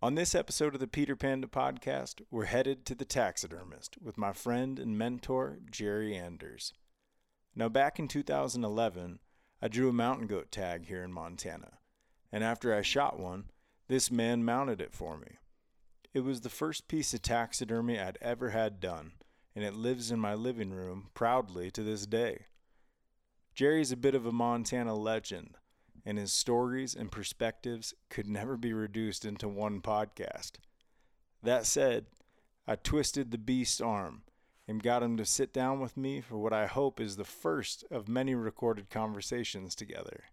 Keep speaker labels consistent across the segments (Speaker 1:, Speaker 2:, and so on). Speaker 1: On this episode of the Peter Panda podcast, we're headed to the taxidermist with my friend and mentor, Jerry Anders. Now, back in 2011, I drew a mountain goat tag here in Montana, and after I shot one, this man mounted it for me. It was the first piece of taxidermy I'd ever had done, and it lives in my living room proudly to this day. Jerry's a bit of a Montana legend, and his stories and perspectives could never be reduced into one podcast. That said, I twisted the beast's arm and got him to sit down with me for what I hope is the first of many recorded conversations together.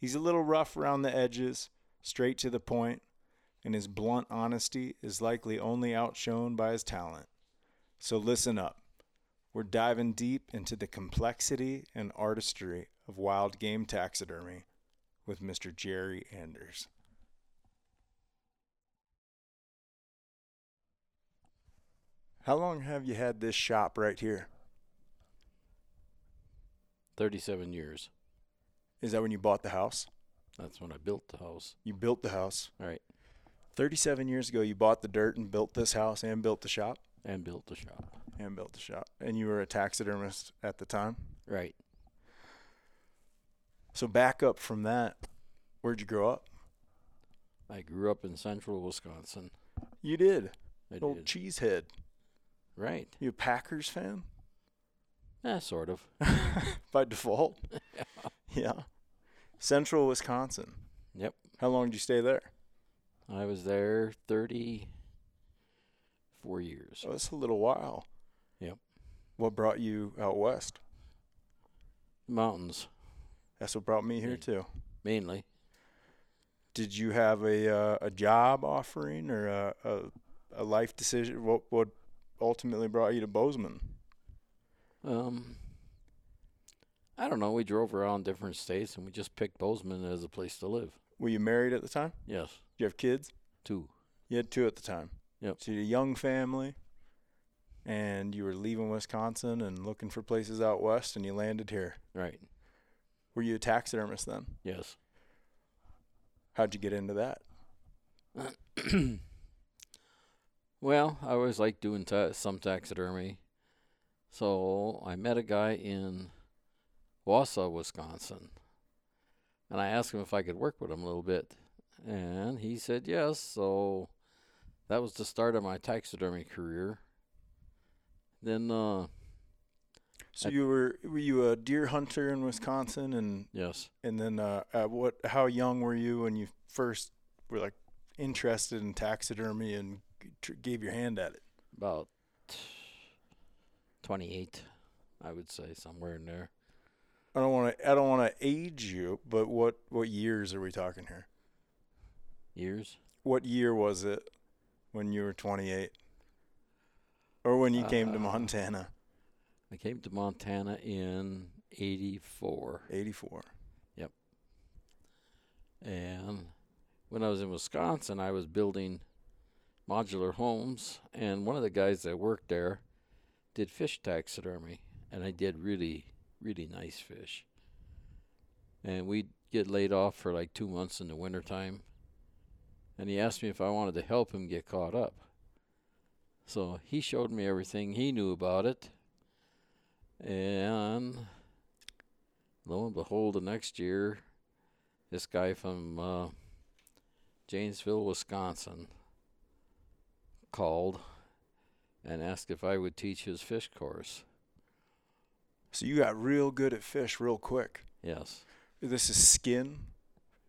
Speaker 1: He's a little rough around the edges, straight to the point, and his blunt honesty is likely only outshone by his talent. So listen up. We're diving deep into the complexity and artistry of wild game taxidermy with Mr. Jerry Anders. How long have you had this shop right here?
Speaker 2: 37 years.
Speaker 1: Is that when you bought the house?
Speaker 2: That's when I built the house.
Speaker 1: You built the house.
Speaker 2: All right.
Speaker 1: 37 years ago, you bought the dirt and built this house and built the shop
Speaker 2: And built the shop.
Speaker 1: and built the shop. And you were a taxidermist at the time.
Speaker 2: Right.
Speaker 1: So, back up from that, where'd you grow up?
Speaker 2: I grew up in central Wisconsin.
Speaker 1: You did.
Speaker 2: I
Speaker 1: Old
Speaker 2: did.
Speaker 1: cheesehead.
Speaker 2: right.
Speaker 1: You a Packers fan
Speaker 2: Eh, sort of.
Speaker 1: by default? yeah. Central Wisconsin.
Speaker 2: Yep.
Speaker 1: How long did you stay there?
Speaker 2: I was there 34 years.
Speaker 1: Oh, that's a little while.
Speaker 2: Yep.
Speaker 1: What brought you out west?
Speaker 2: Mountains,
Speaker 1: That's what brought me here
Speaker 2: Yeah.
Speaker 1: too.
Speaker 2: mainly.
Speaker 1: Did you have a uh, a job offering or a, a a life decision? What what ultimately brought you to Bozeman?
Speaker 2: Um, I don't know. We drove around different states and we just picked Bozeman as a place to live.
Speaker 1: Were you married at the time?
Speaker 2: Yes.
Speaker 1: Did you have kids?
Speaker 2: Two.
Speaker 1: You had two at the time.
Speaker 2: Yep.
Speaker 1: So you had a young family, and you were leaving Wisconsin and looking for places out west, and you landed here.
Speaker 2: Right.
Speaker 1: Were you a taxidermist then?
Speaker 2: Yes.
Speaker 1: How'd you get into that?
Speaker 2: Well, I always liked doing ta- some taxidermy. So I met a guy in Wausau, Wisconsin. And I asked him if I could work with him a little bit. And he said yes. So that was the start of my taxidermy career. Then, uh,
Speaker 1: So
Speaker 2: At-
Speaker 1: you were were you a deer hunter in Wisconsin, and
Speaker 2: yes,
Speaker 1: and then uh, at what? How young were you when you first were like interested in taxidermy and g- tr- gave your hand at it?
Speaker 2: about 28, I would say, somewhere in there.
Speaker 1: I don't want to I don't want to age you, but what what years are we talking here?
Speaker 2: Years?
Speaker 1: What year was it when you were 28, or when you came to
Speaker 2: Uh,
Speaker 1: Montana?
Speaker 2: I came to Montana in 84.
Speaker 1: 84.
Speaker 2: And when I was in Wisconsin, I was building modular homes, and one of the guys that worked there did fish taxidermy, and I did really, really nice fish. And we'd get laid off for like two months in the wintertime, and he asked me if I wanted to help him get caught up. So he showed me everything he knew about it, and lo and behold, the next year, this guy from uh, Janesville, Wisconsin, called and asked if I would teach his fish course.
Speaker 1: So you got real good at fish real quick.
Speaker 2: Yes,
Speaker 1: This is skin,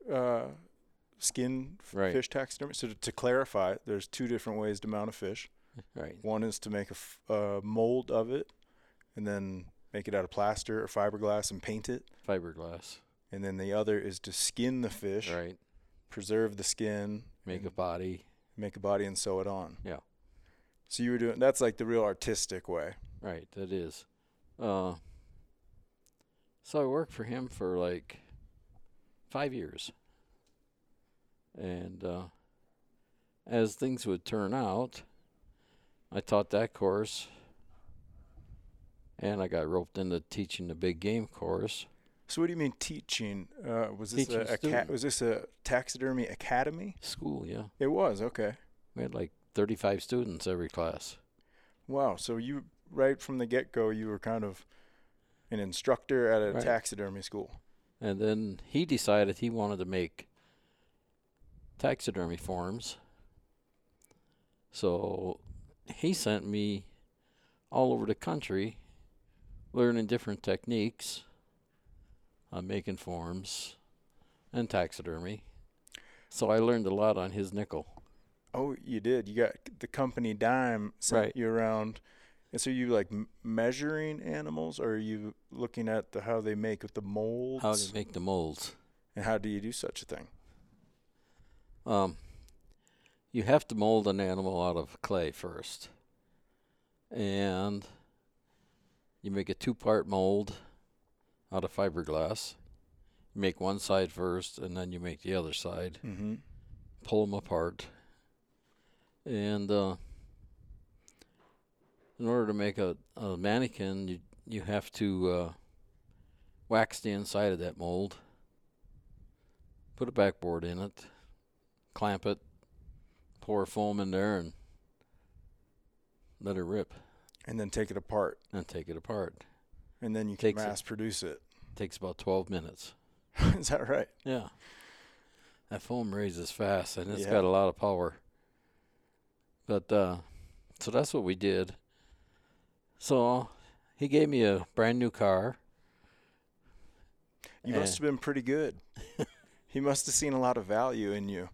Speaker 1: uh, skin f-
Speaker 2: Right.
Speaker 1: fish taxidermy. So to, to clarify, there's two different ways to mount a fish.
Speaker 2: right,
Speaker 1: One is to make a f- a mold of it, and then make it out of plaster or fiberglass and paint it.
Speaker 2: fiberglass,
Speaker 1: And then the other is to skin the fish,
Speaker 2: right,
Speaker 1: preserve the skin,
Speaker 2: make
Speaker 1: and
Speaker 2: a body,
Speaker 1: make a body and sew it on.
Speaker 2: Yeah.
Speaker 1: So you were doing that's like the real artistic way.
Speaker 2: right, that is. Uh, so I worked for him for like five years. And uh, as things would turn out, I taught that course. And I got roped into teaching the big game course.
Speaker 1: So what do you mean teaching? Uh, was this
Speaker 2: Teaching
Speaker 1: a, a ca-
Speaker 2: students.
Speaker 1: was this a taxidermy academy?
Speaker 2: School, yeah.
Speaker 1: It was okay.
Speaker 2: We had like 35 students every class.
Speaker 1: Wow. So you right from the get go, you were kind of an instructor at a
Speaker 2: Right.
Speaker 1: taxidermy school.
Speaker 2: And then he decided he wanted to make taxidermy forms. So he sent me all over the country learning different techniques on making forms and taxidermy. So I learned a lot on his nickel.
Speaker 1: Oh, you did. You got the company dime sent
Speaker 2: Right.
Speaker 1: you around. And so you like m- measuring animals, or are you looking at the how they make with the molds?
Speaker 2: How to make the molds.
Speaker 1: and how do you do such a thing?
Speaker 2: Um, you have to mold an animal out of clay first, and you make a two-part mold out of fiberglass. You make one side first, and then you make the other side.
Speaker 1: Mm-hmm.
Speaker 2: Pull them apart, and uh, in order to make a, a mannequin, you you have to uh, wax the inside of that mold, put a backboard in it, clamp it, pour foam in there, and let it rip
Speaker 1: And then take it apart,
Speaker 2: and take it apart.
Speaker 1: and then you can
Speaker 2: Takes it-
Speaker 1: mass produce it.
Speaker 2: takes about 12 minutes.
Speaker 1: Is that right?
Speaker 2: Yeah. That foam raises fast and it's
Speaker 1: Yeah.
Speaker 2: got a lot of power. But uh so that's what we did. So he gave me a brand new car.
Speaker 1: You
Speaker 2: Eh.
Speaker 1: must have been pretty good. he must have seen a lot of value in you.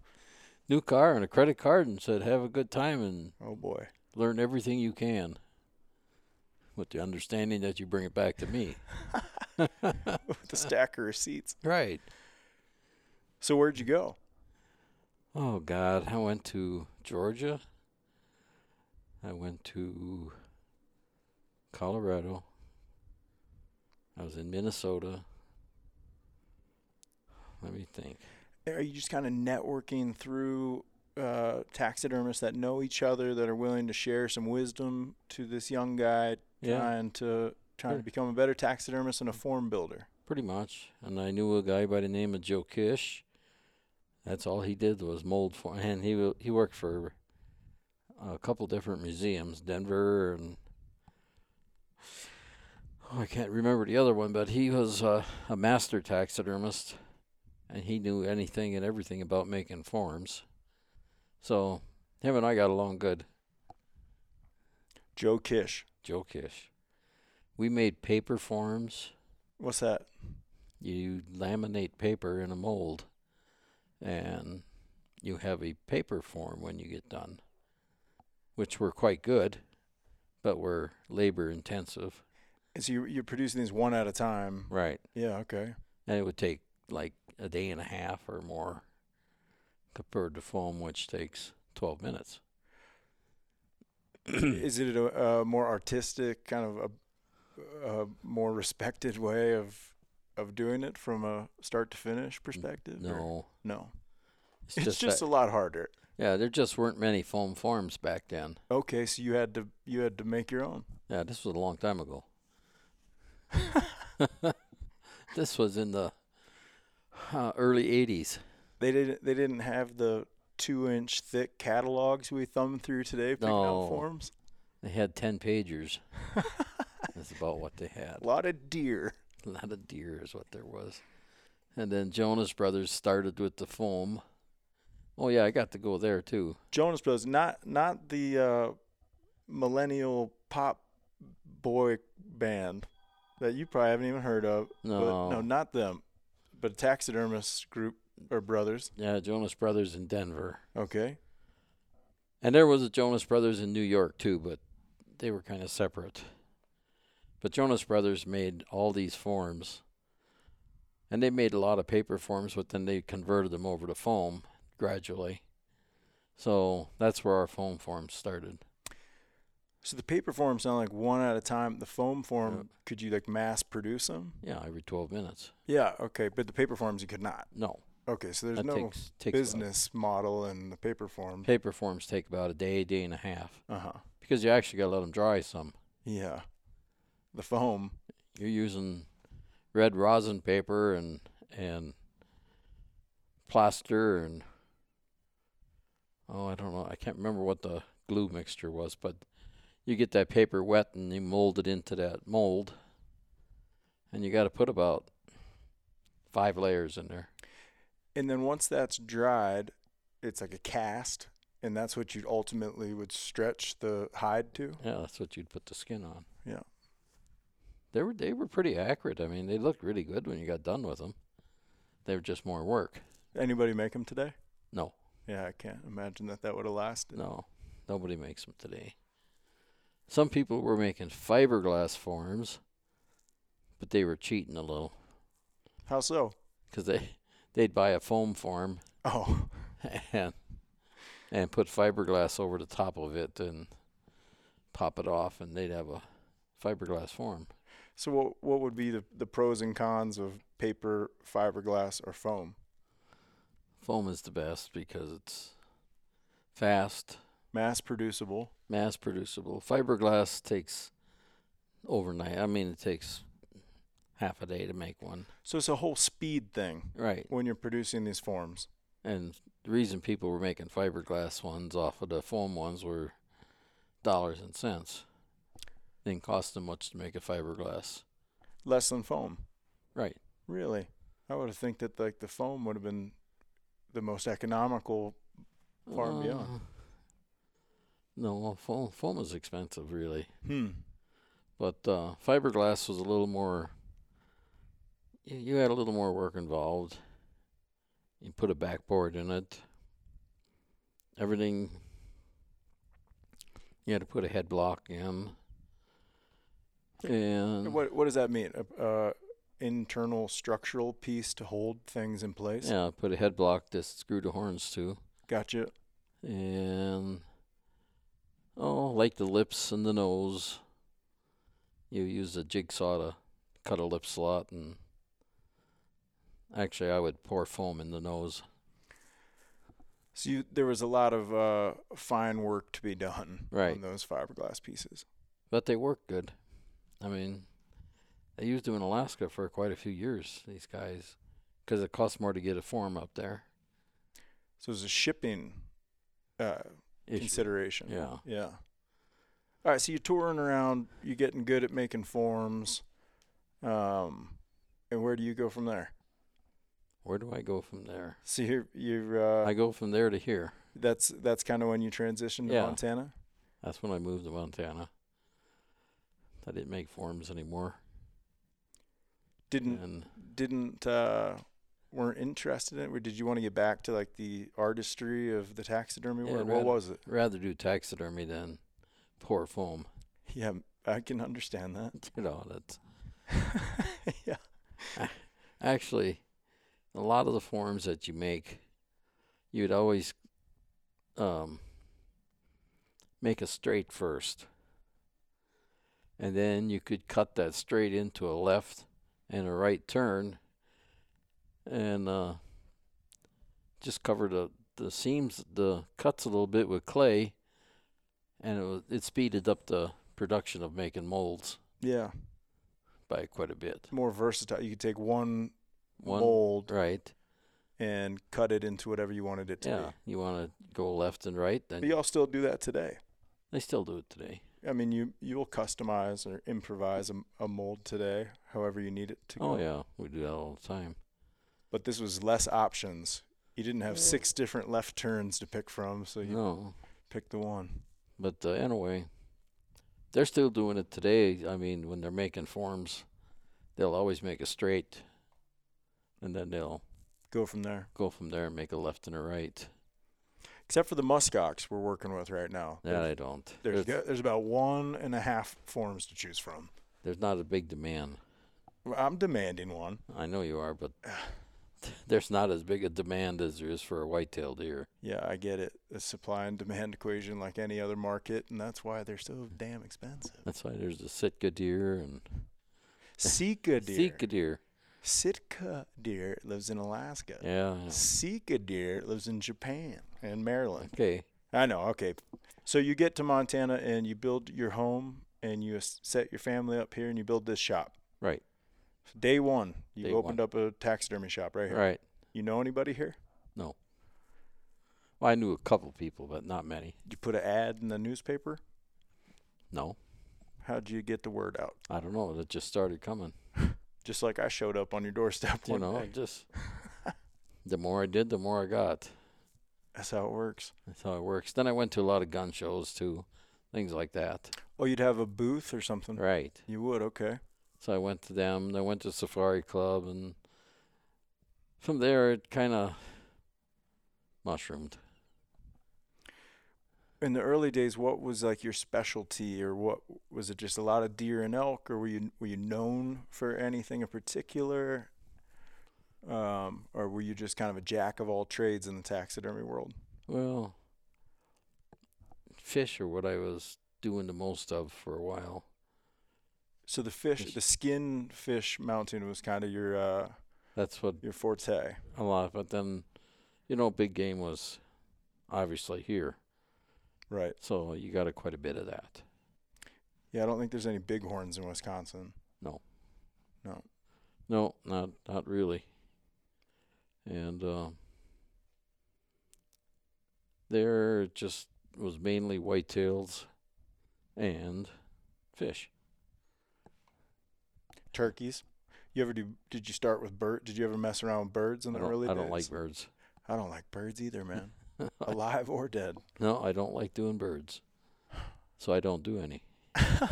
Speaker 2: New car and a credit card and said have a good time and
Speaker 1: Oh boy.
Speaker 2: learn everything you can. With the understanding that you bring it back to me.
Speaker 1: With the stack of receipts.
Speaker 2: right.
Speaker 1: So where'd you go?
Speaker 2: Oh God, I went to Georgia. I went to Colorado. I was in Minnesota. Let me think.
Speaker 1: Are you just kind of networking through uh, taxidermists that know each other that are willing to share some wisdom to this young guy
Speaker 2: Yeah,
Speaker 1: trying to trying
Speaker 2: Sure.
Speaker 1: to become a better taxidermist and a form builder?
Speaker 2: pretty much. And I knew a guy by the name of Joe Kish. That's all he did was mold for, and he wo- he worked for a couple different museums, Denver and oh, I can't remember the other one, but he was uh, a master taxidermist, and he knew anything and everything about making forms. So him and I got along good.
Speaker 1: Joe Kish.
Speaker 2: Joe Kish, we made paper forms.
Speaker 1: What's that?
Speaker 2: you laminate paper in a mold and you have a paper form when you get done which were quite good but were labor intensive
Speaker 1: So you you're producing these one at a time.
Speaker 2: right
Speaker 1: Yeah. Okay.
Speaker 2: and it would take like a day and a half or more compared to foam which takes 12 minutes
Speaker 1: Is it a, a more artistic kind of a, a more respected way of of doing it from a start to finish perspective? or-
Speaker 2: no
Speaker 1: no.
Speaker 2: it's
Speaker 1: It's
Speaker 2: just,
Speaker 1: just, a lot harder.
Speaker 2: that- yeah there just weren't many foam forms back then
Speaker 1: Okay, so you had to you had to make your own.
Speaker 2: yeah this was a long time ago this was in the uh, early 80s
Speaker 1: They didn't they didn't have the two inch thick catalogs we thumb through today picking
Speaker 2: No.
Speaker 1: out forms.
Speaker 2: They had ten pagers. That's about what they had.
Speaker 1: A lot of deer.
Speaker 2: A lot of deer is what there was. And then Jonas Brothers started with the foam. Oh yeah, I got to go there too.
Speaker 1: Jonas Brothers, not not the uh, millennial pop boy band that you probably haven't even heard of.
Speaker 2: No.
Speaker 1: But, no, not them. But a taxidermist group or brothers.
Speaker 2: Yeah, Jonas Brothers in Denver.
Speaker 1: Okay.
Speaker 2: And there was a Jonas Brothers in New York too, but they were kind of separate. But Jonas Brothers made all these forms. And they made a lot of paper forms, but then they converted them over to foam gradually. So that's where our foam forms started.
Speaker 1: So the paper forms sound like one at a time. The foam form,
Speaker 2: Yep.
Speaker 1: could you like mass produce them?
Speaker 2: Yeah, every 12 minutes.
Speaker 1: Yeah, okay, but the paper forms you could not.
Speaker 2: No,
Speaker 1: Okay, so there's
Speaker 2: that
Speaker 1: no
Speaker 2: takes takes about-
Speaker 1: business model in the paper form.
Speaker 2: paper forms take about a day, day and a half
Speaker 1: Uh huh.
Speaker 2: because you actually got to let them dry some.
Speaker 1: Yeah, the foam.
Speaker 2: You're using red rosin paper and and plaster and oh I don't know I can't remember what the glue mixture was, but you get that paper wet and you mold it into that mold, and you got to put about five layers in there.
Speaker 1: And then once that's dried, it's like a cast, and that's what you ultimately would stretch the hide to.
Speaker 2: Yeah, that's what you'd put the skin on.
Speaker 1: Yeah.
Speaker 2: They were they were pretty accurate. I mean, they looked really good when you got done with them. They were just more work.
Speaker 1: Anybody make them today?
Speaker 2: No,
Speaker 1: Yeah, I can't imagine that that would have lasted.
Speaker 2: no, nobody makes them today. Some people were making fiberglass forms, but they were cheating a little
Speaker 1: How so?
Speaker 2: because they they'd buy a foam form
Speaker 1: Oh,
Speaker 2: and and put fiberglass over the top of it and pop it off, and they'd have a fiberglass form.
Speaker 1: so what what would be the the pros and cons of paper, fiberglass, or foam?
Speaker 2: Foam is the best because it's fast,
Speaker 1: Mass producible.
Speaker 2: mass producible. Fiberglass takes overnight. I mean, it takes half a day to make one.
Speaker 1: So it's a whole speed thing
Speaker 2: Right.
Speaker 1: when you're producing these forms.
Speaker 2: And the reason people were making fiberglass ones off of the foam ones were dollars and cents. Didn't cost them much to make a fiberglass.
Speaker 1: Less than foam.
Speaker 2: Right.
Speaker 1: Really? I would have think that like the foam would have been the most economical. Far beyond.
Speaker 2: Uh, No, foam, foam is expensive, really.
Speaker 1: Hmm.
Speaker 2: But uh, fiberglass was a little more. y- You had a little more work involved. You put a backboard in it. Everything. You had to put a head block in. And
Speaker 1: What what does that mean? A, a internal structural piece to hold things in place.
Speaker 2: yeah, put a head block to screw the horns to,
Speaker 1: Gotcha.
Speaker 2: and oh, like the lips and the nose. You use a jigsaw to cut a lip slot, and actually, I would pour foam in the nose.
Speaker 1: So you, there was a lot of uh, fine work to be done
Speaker 2: Right.
Speaker 1: on those fiberglass pieces.
Speaker 2: But they work good. I mean, they used them in Alaska for quite a few years, these guys, because it costs more to get a form up there.
Speaker 1: So there's a shipping uh,
Speaker 2: Issue.
Speaker 1: consideration.
Speaker 2: Yeah.
Speaker 1: Yeah. All right. So you're touring around. You're getting good at making forms. Um, and where do you go from there?
Speaker 2: Where do I go from there?
Speaker 1: So you're you're uh,
Speaker 2: I go from there to here.
Speaker 1: that's that's kind of when you transitioned to
Speaker 2: Yeah.
Speaker 1: Montana.
Speaker 2: That's when I moved to Montana. I didn't make forms anymore.
Speaker 1: Didn't
Speaker 2: And
Speaker 1: didn't uh, weren't interested in it. Or did you want to get back to like the artistry of the taxidermy
Speaker 2: Yeah,
Speaker 1: world?
Speaker 2: rather-
Speaker 1: What was it?
Speaker 2: rather do taxidermy than pour foam.
Speaker 1: Yeah, I can understand that.
Speaker 2: You know, that's
Speaker 1: yeah.
Speaker 2: actually a lot of the forms that you make, you'd always um, make a straight first. And then you could cut that straight into a left and a right turn and uh, just cover the, the seams, the cuts a little bit with clay. And it, was, it speeded up the production of making molds
Speaker 1: Yeah.
Speaker 2: by quite a bit.
Speaker 1: More versatile. You could take one,
Speaker 2: One,
Speaker 1: mold
Speaker 2: right.
Speaker 1: and cut it into whatever you wanted it to
Speaker 2: Yeah, you want to go left and right, then
Speaker 1: be. But y'all still do that today.
Speaker 2: they still do it today.
Speaker 1: I mean, you you'll customize or improvise a, a mold today, however you need it to
Speaker 2: Oh
Speaker 1: go.
Speaker 2: yeah, we do that all the time.
Speaker 1: But this was less options. You didn't have
Speaker 2: Yeah.
Speaker 1: six different left turns to pick from, so you
Speaker 2: No,
Speaker 1: picked the one.
Speaker 2: but uh, anyway, they're still doing it today. I mean, when they're making forms, they'll always make a straight, and then they'll
Speaker 1: Go from there.
Speaker 2: go from there and make a left and a right.
Speaker 1: Except for the muskox we're working with right now.
Speaker 2: That I don't.
Speaker 1: There's
Speaker 2: there's,
Speaker 1: there's, there's about one and a half forms to choose from.
Speaker 2: there's not a big demand.
Speaker 1: I'm demanding one.
Speaker 2: I know you are, but there's not as big a demand as there is for a white-tailed deer.
Speaker 1: Yeah, I get it. A supply and demand equation like any other market, and that's why they're so damn expensive.
Speaker 2: That's why there's the Sitka deer and
Speaker 1: Sika deer.
Speaker 2: Sitka deer.
Speaker 1: Sitka deer lives in Alaska.
Speaker 2: Yeah. yeah.
Speaker 1: Sika deer lives in Japan and Maryland.
Speaker 2: Okay.
Speaker 1: I know. Okay. So you get to Montana and you build your home and you s- set your family up here and you build this shop.
Speaker 2: Right.
Speaker 1: Day one, you
Speaker 2: Day
Speaker 1: opened up a taxidermy shop right here.
Speaker 2: Right.
Speaker 1: You know anybody here?
Speaker 2: No. Well, I knew a couple people, but not many.
Speaker 1: You put an ad in the newspaper.
Speaker 2: No.
Speaker 1: How'd you get the word out?
Speaker 2: I don't know. It just started coming.
Speaker 1: Just like I showed up on your doorstep
Speaker 2: You
Speaker 1: one
Speaker 2: know,
Speaker 1: day.
Speaker 2: it just the more I did, the more I got.
Speaker 1: That's how it works.
Speaker 2: That's how it works. Then I went to a lot of gun shows too, things like that.
Speaker 1: Oh, you'd have a booth or something.
Speaker 2: Right.
Speaker 1: You would, okay.
Speaker 2: So I went to them. Then I went to Safari Club, and from there it kind of mushroomed.
Speaker 1: In the early days, what was like your specialty, or what was it? Just a lot of deer and elk, or were you were you known for anything in particular, um, or were you just kind of a jack of all trades in the taxidermy world?
Speaker 2: Well, fish are what I was doing the most of for a while.
Speaker 1: So the fish,
Speaker 2: Fish.
Speaker 1: the skin fish mounting was kind of your uh,
Speaker 2: That's what
Speaker 1: your forte.
Speaker 2: a lot. But then, you know, big game was obviously here,
Speaker 1: Right.
Speaker 2: so you got a, quite a bit of that.
Speaker 1: Yeah, I don't think there's any bighorns in Wisconsin.
Speaker 2: No, not not really. And uh, there it just was mainly whitetails and fish.
Speaker 1: Turkeys. You ever do? Did you start with bird? Did you ever mess around with birds in
Speaker 2: I
Speaker 1: the
Speaker 2: don't,
Speaker 1: early
Speaker 2: I
Speaker 1: days?
Speaker 2: don't like birds.
Speaker 1: I don't like birds either, man. Alive or dead.
Speaker 2: no, I don't like doing birds, so I don't do any.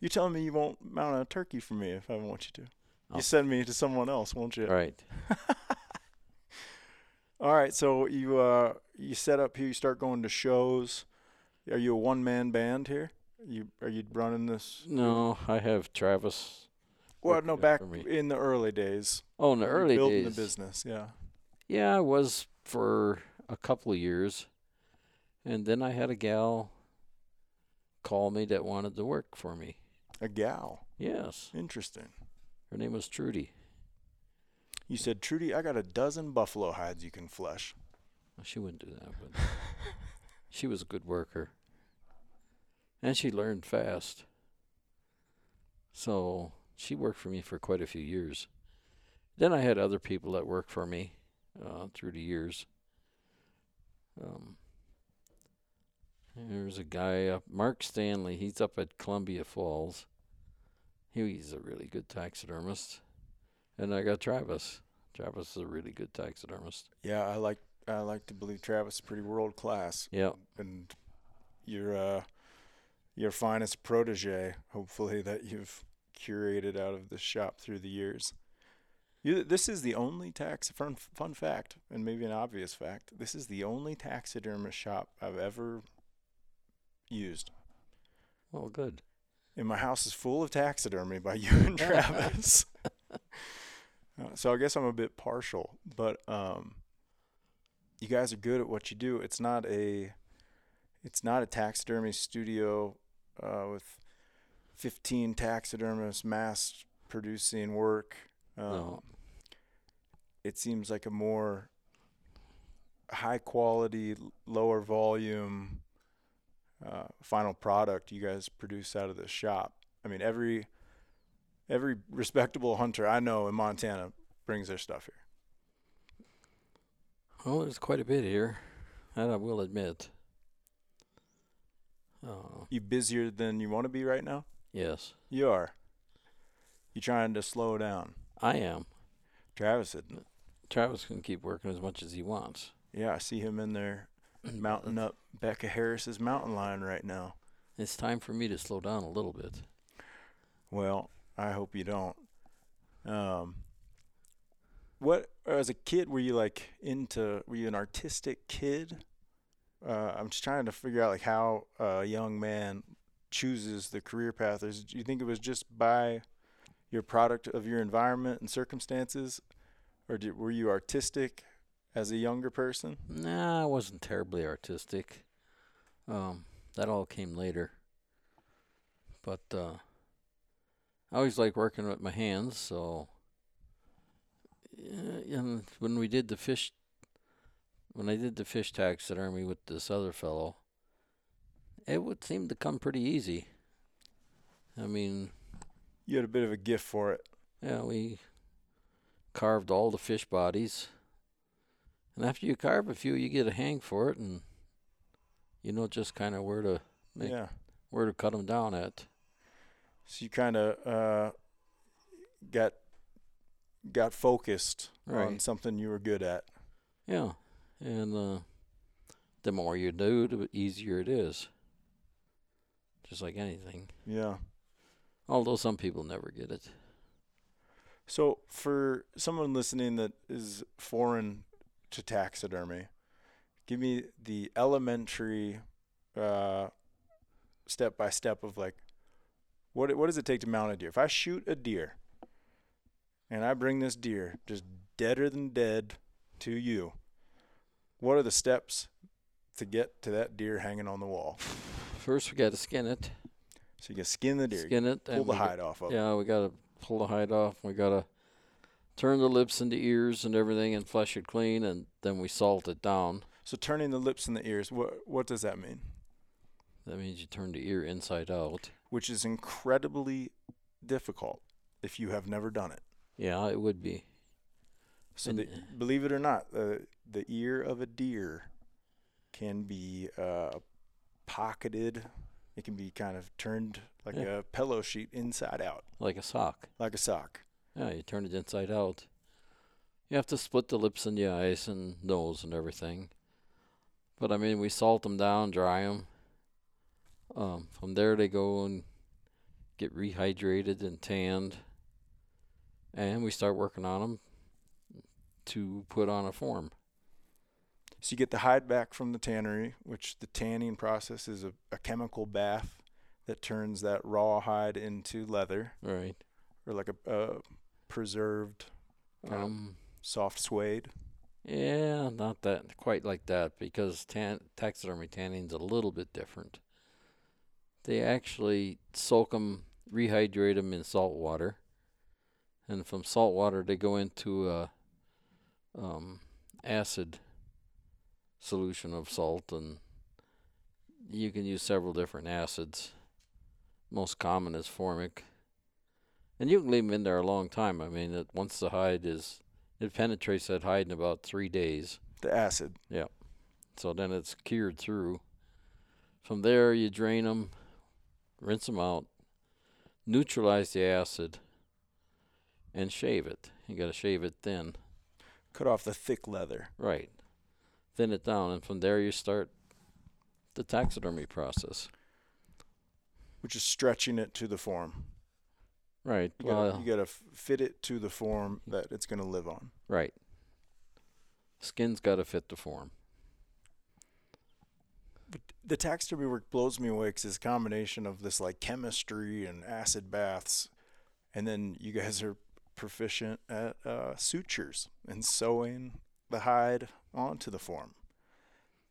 Speaker 1: You telling me you won't mount a turkey for me if I want you to?
Speaker 2: Oh.
Speaker 1: You send me to someone else, won't you?
Speaker 2: Right.
Speaker 1: All right. So you uh you set up here. You start going to shows. Are you a one man band here? You are you running this?
Speaker 2: No, I have Travis.
Speaker 1: Well,
Speaker 2: worked
Speaker 1: no.
Speaker 2: out
Speaker 1: Back
Speaker 2: for me.
Speaker 1: in the early days.
Speaker 2: Oh, in the
Speaker 1: you
Speaker 2: early
Speaker 1: building
Speaker 2: days.
Speaker 1: the business. Yeah.
Speaker 2: Yeah, I was for a couple of years. And then I had a gal call me that wanted to work for me.
Speaker 1: A gal.
Speaker 2: Yes.
Speaker 1: Interesting.
Speaker 2: Her name was Trudy.
Speaker 1: You said, Trudy, I got a dozen buffalo hides you can flush.
Speaker 2: Well, She wouldn't do that, but she was a good worker. And she learned fast. So she worked for me for quite a few years. Then I had other people that worked for me uh, through the years. Um, there's a guy up, Mark Stanley. He's up at Columbia Falls. He's a really good taxidermist. And I got Travis. Travis is a really good taxidermist.
Speaker 1: Yeah, I like I like to believe Travis is pretty world class,
Speaker 2: Yeah.
Speaker 1: and your uh, your finest protege, hopefully that you've curated out of the shop through the years. You, this is the only tax fun, fun fact, and maybe an obvious fact. This is the only taxidermist shop I've ever used.
Speaker 2: Well, good.
Speaker 1: And my house is full of taxidermy by you and Travis. Uh, so I guess I'm a bit partial, but um, you guys are good at what you do. It's not a, it's not a taxidermy studio uh, with 15 taxidermists mass producing work. Um,
Speaker 2: No.
Speaker 1: It seems like a more high quality, l- lower volume uh, final product you guys produce out of the shop. I mean, every every respectable hunter I know in Montana brings their stuff here.
Speaker 2: Well, there's quite a bit here, that I will admit. Uh,
Speaker 1: You busier than you want to be right now?
Speaker 2: yes,
Speaker 1: You are. You trying to slow down?
Speaker 2: I am.
Speaker 1: Travis didn't.
Speaker 2: Travis can keep working as much as he wants.
Speaker 1: Yeah, I see him in there mounting up Becca Harris's mountain lion right now.
Speaker 2: It's time for me to slow down a little bit.
Speaker 1: Well, I hope you don't. Um, what as a kid were you like into? Were you an artistic kid? Uh, I'm just trying to figure out like how a young man chooses the career path. Is do you think it was just by your product of your environment and circumstances, or did, were you artistic as a younger person?
Speaker 2: Nah, I wasn't terribly artistic. Um, that all came later. But uh, I always like working with my hands, so. Yeah, and when we did the fish, when I did the fish taxidermy with this other fellow, it would seem to come pretty easy. I mean,
Speaker 1: You had a bit of a gift for it.
Speaker 2: Yeah, we carved all the fish bodies. And after you carve a few, you get a hang for it, and you know just kind of where to make,
Speaker 1: Yeah.
Speaker 2: where to cut them down at.
Speaker 1: So you kind of uh, got got focused on
Speaker 2: Right.
Speaker 1: something you were good at.
Speaker 2: Yeah, and uh, the more you do, the easier it is. Just like anything,
Speaker 1: Yeah.
Speaker 2: although some people never get it.
Speaker 1: So for someone listening that is foreign to taxidermy, give me the elementary uh, step by step of like what it- what does it take to mount a deer? If I shoot a deer and I bring this deer just deader than dead to you, what are the steps to get to that deer hanging on the wall?
Speaker 2: First, we got to skin it,
Speaker 1: So you can skin the deer,
Speaker 2: skin it,
Speaker 1: pull the
Speaker 2: we got-
Speaker 1: hide off of it.
Speaker 2: Yeah, we gotta pull the hide off. We gotta turn the lips into ears and everything, and flesh it clean, and then we salt it down.
Speaker 1: So turning the lips and the ears, what what does that mean?
Speaker 2: That means you turn the ear inside out.
Speaker 1: which is incredibly difficult if you have never done it.
Speaker 2: Yeah, it would be.
Speaker 1: So,
Speaker 2: And-
Speaker 1: the, believe it or not, uh, the ear of a deer can be uh, pocketed. It can be kind of turned like
Speaker 2: Yeah.
Speaker 1: a pillow sheet inside out,
Speaker 2: like a sock.
Speaker 1: like a sock.
Speaker 2: Yeah, you turn it inside out. You have to split the lips and the eyes and nose and everything. But I mean, we salt them down, dry them. Um, from there, they go and get rehydrated and tanned. And we start working on them to put on a form.
Speaker 1: So you get the hide back from the tannery, which the tanning process is a, a chemical bath that turns that raw hide into leather
Speaker 2: Right.
Speaker 1: or like a, a preserved, Kind of.
Speaker 2: Um,
Speaker 1: soft suede.
Speaker 2: yeah, not that quite like that because tan- taxidermy tanning's a little bit different. They actually soak them, rehydrate them in salt water, and from salt water they go into a um, acid solution of salt, and you can use several different acids. Most common is formic, and you can leave them in there a long time. I mean, it, once the hide is, it penetrates that hide in about three days.
Speaker 1: The acid.
Speaker 2: So then it's cured through. From there, you drain them, rinse them out, neutralize the acid, and shave it. You got to shave it thin.
Speaker 1: Cut off the thick leather.
Speaker 2: Right. Thin it down, and from there, you start the taxidermy process.
Speaker 1: which is stretching it to the form.
Speaker 2: Right. Uh,
Speaker 1: You gotta,
Speaker 2: well,
Speaker 1: you gotta f- fit it to the form that it's gonna live on.
Speaker 2: right. Skin's got to fit the form.
Speaker 1: But the taxidermy work blows me away because it's a combination of this like chemistry and acid baths, and then you guys are proficient at uh, sutures and sewing the hide onto the form,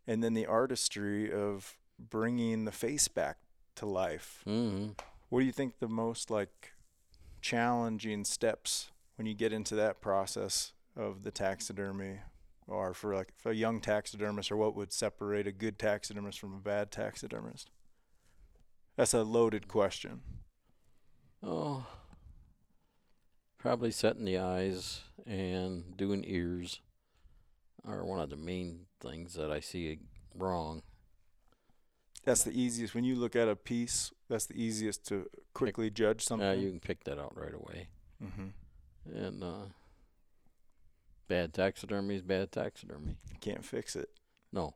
Speaker 1: and then the artistry of bringing the face back to life.
Speaker 2: hmm
Speaker 1: What do you think the most like challenging steps when you get into that process of the taxidermy are for like for a young taxidermist or what would separate a good taxidermist from a bad taxidermist? That's a loaded question.
Speaker 2: Oh, probably setting the eyes and doing ears are one of the main things that I see wrong.
Speaker 1: That's the easiest when you look at a piece, that's the easiest to quickly judge something.
Speaker 2: Now Uh, you can pick that out right away.
Speaker 1: mm-hmm.
Speaker 2: And uh, bad taxidermy is bad taxidermy.
Speaker 1: you can't fix it.
Speaker 2: No,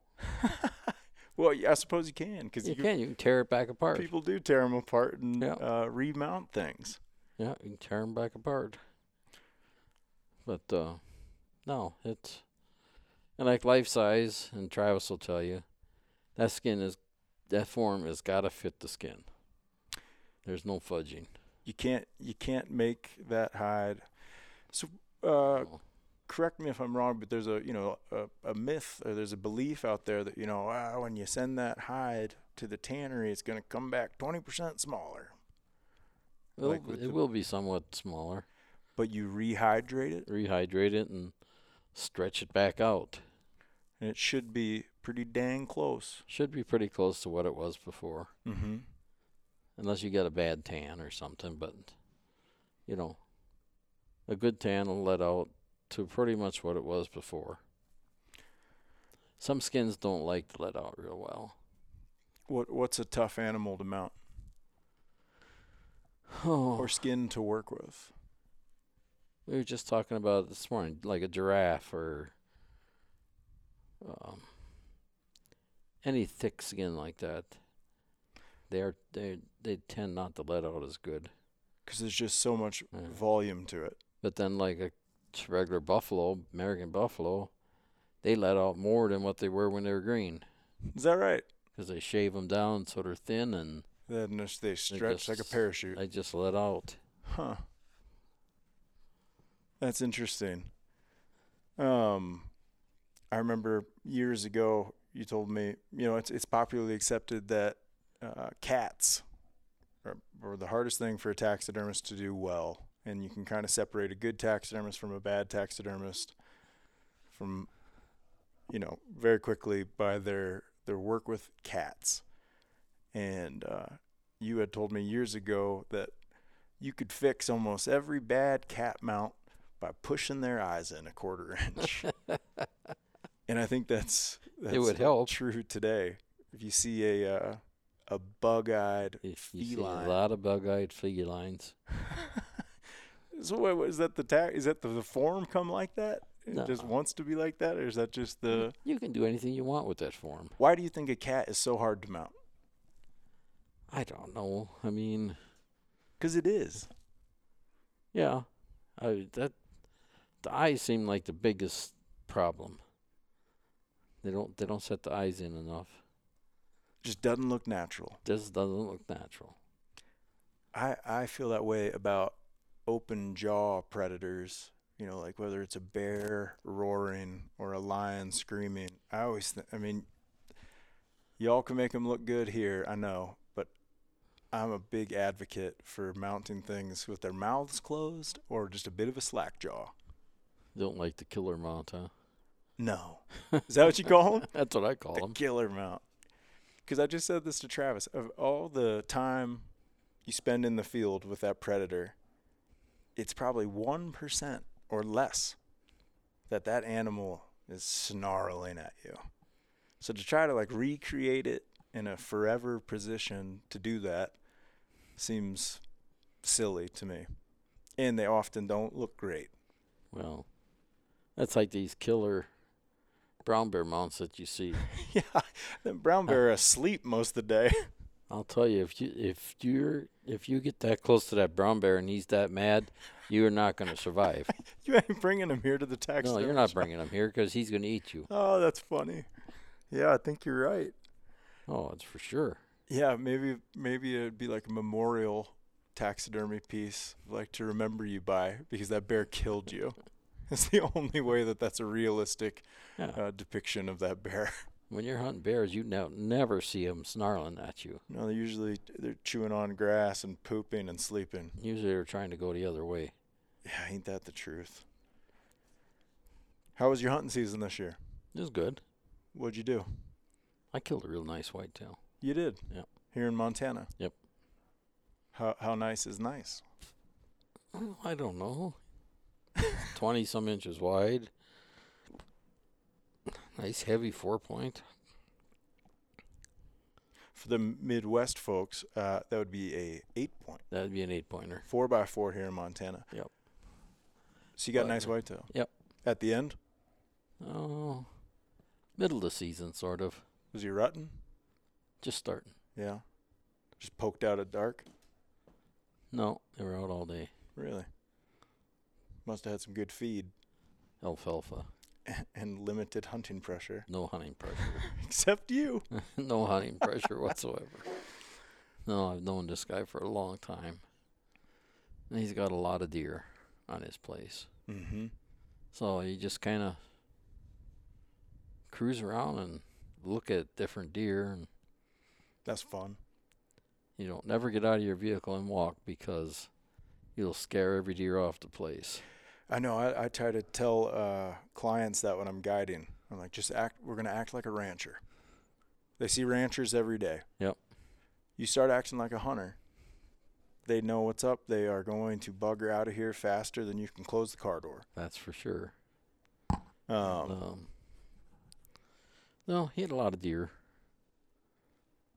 Speaker 1: Well, yeah, I suppose you can because
Speaker 2: you, can. You can tear it back apart.
Speaker 1: people do tear them apart and
Speaker 2: Yeah.
Speaker 1: uh, remount things.
Speaker 2: Yeah, you can tear them back apart. But uh, no, it's and like life size, and Travis will tell you that skin is that form has got to fit the skin. There's no fudging.
Speaker 1: you can't you can't make that hide. So uh,
Speaker 2: No.
Speaker 1: correct me if I'm wrong, but there's a you know a, a myth or there's a belief out there that you know ah, when you send that hide to the tannery, it's going to come back 20% smaller.
Speaker 2: It'll-
Speaker 1: like with
Speaker 2: it
Speaker 1: the-
Speaker 2: will be somewhat smaller.
Speaker 1: But you rehydrate it,
Speaker 2: Rehydrate it and stretch it back out.
Speaker 1: and it should be pretty dang close.
Speaker 2: Should be pretty close to what it was before,
Speaker 1: Mm-hmm.
Speaker 2: unless you got a bad tan or something. But you know, a good tan will let out to pretty much what it was before. Some skins don't like to let out real well.
Speaker 1: What what's a tough animal to mount
Speaker 2: Oh,
Speaker 1: or skin to work with?
Speaker 2: we were just talking about it this morning, like a giraffe or um, any thick skin like that. They're they they tend not to let out as good.
Speaker 1: Because there's just so much
Speaker 2: Yeah.
Speaker 1: volume to it.
Speaker 2: But then, like a t- regular buffalo, American buffalo, they let out more than what they were when they were green
Speaker 1: Is that right?
Speaker 2: because they shave them down so they're thin and
Speaker 1: Then they- they stretch like a
Speaker 2: just-
Speaker 1: parachute.
Speaker 2: they just let out.
Speaker 1: Huh. That's interesting. Um, I remember years ago you told me, you know, it's it's popularly accepted that uh, cats are, are the hardest thing for a taxidermist to do well, and you can kind of separate a good taxidermist from a bad taxidermist from, you know, very quickly by their their work with cats. And uh, you had told me years ago that you could fix almost every bad cat mount by pushing their eyes in a quarter inch. and I think that's, that's
Speaker 2: it would help.
Speaker 1: true today. If you see a uh, a bug-eyed,
Speaker 2: If you see a
Speaker 1: feline.
Speaker 2: lot of bug-eyed felines.
Speaker 1: so what what- is that the ta- is that the, the form come like that? It
Speaker 2: No. Mm.
Speaker 1: just wants to be like that, or is that just the?
Speaker 2: You can do anything you want with that form.
Speaker 1: Why do you think a cat is so hard to mount?
Speaker 2: I don't know. I mean,
Speaker 1: Because it is.
Speaker 2: yeah, I, that the eyes seem like the biggest problem. They don't they don't set the eyes in enough.
Speaker 1: Just doesn't look natural.
Speaker 2: This doesn't look natural.
Speaker 1: I I feel that way about open jaw predators. You know, like whether it's a bear roaring or a lion screaming. I always, th- I mean, y'all can make them look good here. I know, but I'm a big advocate for mounting things with their mouths closed or just a bit of a slack jaw.
Speaker 2: Don't like the killer mount, huh?
Speaker 1: No, is that what you call them?
Speaker 2: That's what I call
Speaker 1: the
Speaker 2: them.
Speaker 1: killer mount. Because I just said this to Travis. Of all the time you spend in the field with that predator, it's probably one percent or less that that animal is snarling at you. So to try to like recreate it in a forever position to do that seems silly to me. And they often don't look great.
Speaker 2: Well, that's like these killer brown bear mounts that you see.
Speaker 1: yeah, the brown bear are asleep most of the day.
Speaker 2: I'll tell you if you if you're if you get that close to that brown bear and he's that mad, you are not going to survive.
Speaker 1: you ain't bringing him here to the tax.
Speaker 2: no, you're not bringing him here because he's going to eat you.
Speaker 1: Oh, that's funny. Yeah, I think you're right.
Speaker 2: Oh, it's for sure.
Speaker 1: Yeah, maybe maybe it'd be like a memorial taxidermy piece, like to remember you by, because that bear killed you. It's the only way that that's a realistic
Speaker 2: Yeah.
Speaker 1: uh, depiction of that bear.
Speaker 2: When you're hunting bears, you now never see them snarling at you.
Speaker 1: No, they're usually they're chewing on grass and pooping and sleeping.
Speaker 2: Usually, they're trying to go the other way.
Speaker 1: Yeah, ain't that the truth? How was your hunting season this year?
Speaker 2: It was good.
Speaker 1: What'd you do?
Speaker 2: I killed a real nice whitetail.
Speaker 1: You did.
Speaker 2: Yep.
Speaker 1: Here in Montana.
Speaker 2: Yep.
Speaker 1: How how nice is nice?
Speaker 2: Oh, I don't know, twenty some inches wide. Nice heavy four point.
Speaker 1: For the Midwest folks, uh, that would be a eight point
Speaker 2: That'd be an eight pointer.
Speaker 1: four by four here in Montana.
Speaker 2: Yep.
Speaker 1: So you got a
Speaker 2: Well,
Speaker 1: nice
Speaker 2: yeah.
Speaker 1: whitetail.
Speaker 2: Yep.
Speaker 1: At the end,
Speaker 2: Oh, middle of the season, sort of.
Speaker 1: was he rutting?
Speaker 2: Just starting.
Speaker 1: Yeah. Just poked out at dark.
Speaker 2: No, they were out all day.
Speaker 1: Really. Must have had some good feed
Speaker 2: Alfalfa.
Speaker 1: and limited hunting pressure.
Speaker 2: No hunting pressure.
Speaker 1: Except you.
Speaker 2: no hunting pressure whatsoever. No, I've known this guy for a long time. And he's got a lot of deer on his place.
Speaker 1: Mm-hmm.
Speaker 2: So you just kind of cruise around and look at different deer and
Speaker 1: That's fun.
Speaker 2: you don't never get out of your vehicle and walk because you'll scare every deer off the place.
Speaker 1: I know. I, I try to tell uh, clients that when I'm guiding, I'm like, just act. We're gonna act like a rancher. They see ranchers every day.
Speaker 2: Yep.
Speaker 1: You start acting like a hunter, they know what's up. They are going to bugger out of here faster than you can close the car door.
Speaker 2: That's for sure.
Speaker 1: Um,
Speaker 2: Um, no, he had a lot of deer,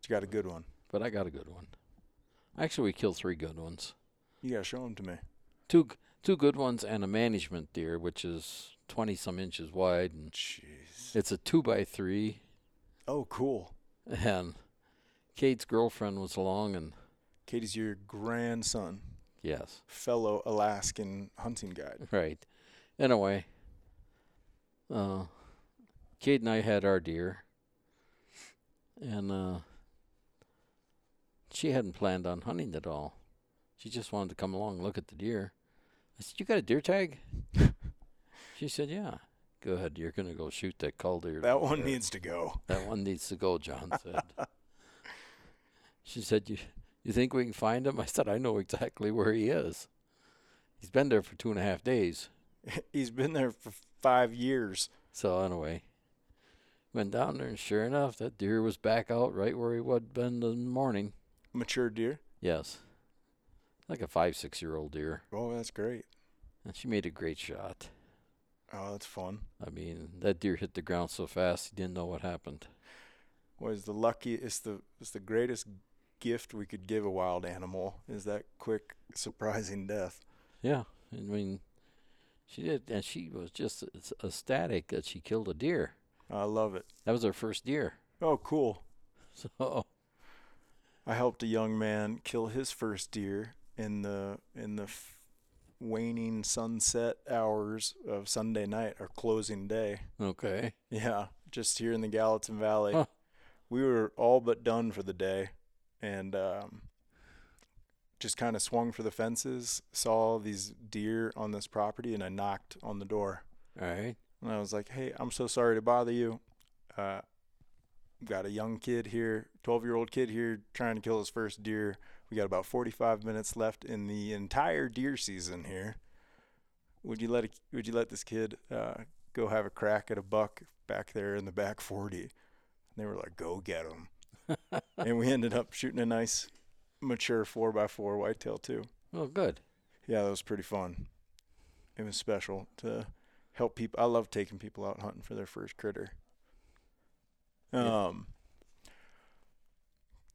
Speaker 1: You got a good one.
Speaker 2: but I got a good one. Actually, we killed three good ones.
Speaker 1: You got to show them to me.
Speaker 2: Two g- two good ones and a management deer, which is twenty some inches wide, and
Speaker 1: Jeez.
Speaker 2: it's a two by three.
Speaker 1: Oh, cool.
Speaker 2: And Kate's girlfriend was along, and
Speaker 1: Katie's your grandson,
Speaker 2: yes,
Speaker 1: fellow Alaskan hunting guide.
Speaker 2: right. Anyway, uh, Kate and I had our deer, and uh, she hadn't planned on hunting at all. She just wanted to come along and look at the deer. I said, "You got a deer tag?" she said, "Yeah." Go ahead. You're gonna go shoot that cull deer.
Speaker 1: That one needs to go.
Speaker 2: That one needs to go, John said. she said, you, you think we can find him? I said, I know exactly where he is. He's been there for two and a half days.
Speaker 1: He's been there for five years.
Speaker 2: So, anyway, went down there, and sure enough, that deer was back out right where he would been the morning.
Speaker 1: Mature deer.
Speaker 2: Yes. Like a five, six year old deer.
Speaker 1: Oh, that's great.
Speaker 2: And she made a great shot.
Speaker 1: Oh, that's fun.
Speaker 2: I mean, that deer hit the ground so fast, he didn't know what happened.
Speaker 1: What is the lucky? It's the it's the greatest gift we could give a wild animal is that quick, surprising death.
Speaker 2: Yeah, I mean, she did, and she was just ec- ecstatic that she killed a deer.
Speaker 1: I love it.
Speaker 2: That was her first deer.
Speaker 1: Oh, cool.
Speaker 2: So
Speaker 1: I helped a young man kill his first deer in the in the f- waning sunset hours of Sunday night or closing day.
Speaker 2: okay,
Speaker 1: Yeah, just here in the Gallatin Valley.
Speaker 2: Huh.
Speaker 1: We were all but done for the day and um, just kind of swung for the fences, saw these deer on this property, and I knocked on the door.
Speaker 2: all right,
Speaker 1: And I was like, hey, I'm so sorry to bother you. Uh, got a young kid here, 12 year old kid here, trying to kill his first deer. We got about 45 minutes left in the entire deer season here. Would you let a, Would you let this kid uh, go have a crack at a buck back there in the back 40? And they were like, go get him. and we ended up shooting a nice mature 4x4 whitetail too.
Speaker 2: well, good.
Speaker 1: Yeah, that was pretty fun. It was special to help people. I love taking people out hunting for their first critter.
Speaker 2: Yeah.
Speaker 1: Um,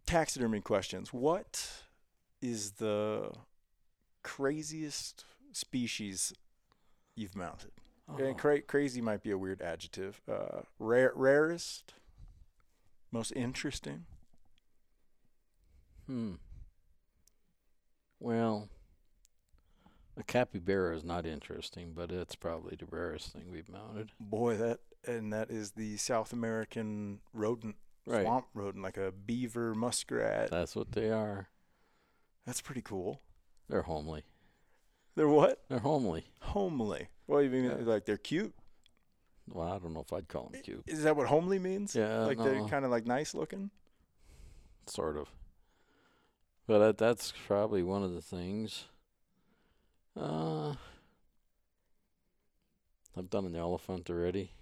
Speaker 1: taxidermy questions. What is the craziest species you've mounted?
Speaker 2: Oh,
Speaker 1: And cra- crazy might be a weird adjective. Uh, rare, rarest, most interesting.
Speaker 2: hmm. Well, a capybara is not interesting, but it's probably the rarest thing we've mounted.
Speaker 1: Boy, that and that is the South American rodent
Speaker 2: Right. Uh.
Speaker 1: swamp rodent, like a beaver, muskrat.
Speaker 2: That's what they are.
Speaker 1: That's pretty cool.
Speaker 2: They're homely.
Speaker 1: They're what?
Speaker 2: They're homely.
Speaker 1: Homely. Well, you mean
Speaker 2: Yeah.
Speaker 1: like they're cute?
Speaker 2: Well, I don't know if I'd call them cute.
Speaker 1: Is that what homely means?
Speaker 2: Yeah, Uh-huh.
Speaker 1: like they're
Speaker 2: no.
Speaker 1: kind of like nice looking.
Speaker 2: sort of. But that, that's probably one of the things. Uh, I've done an elephant already.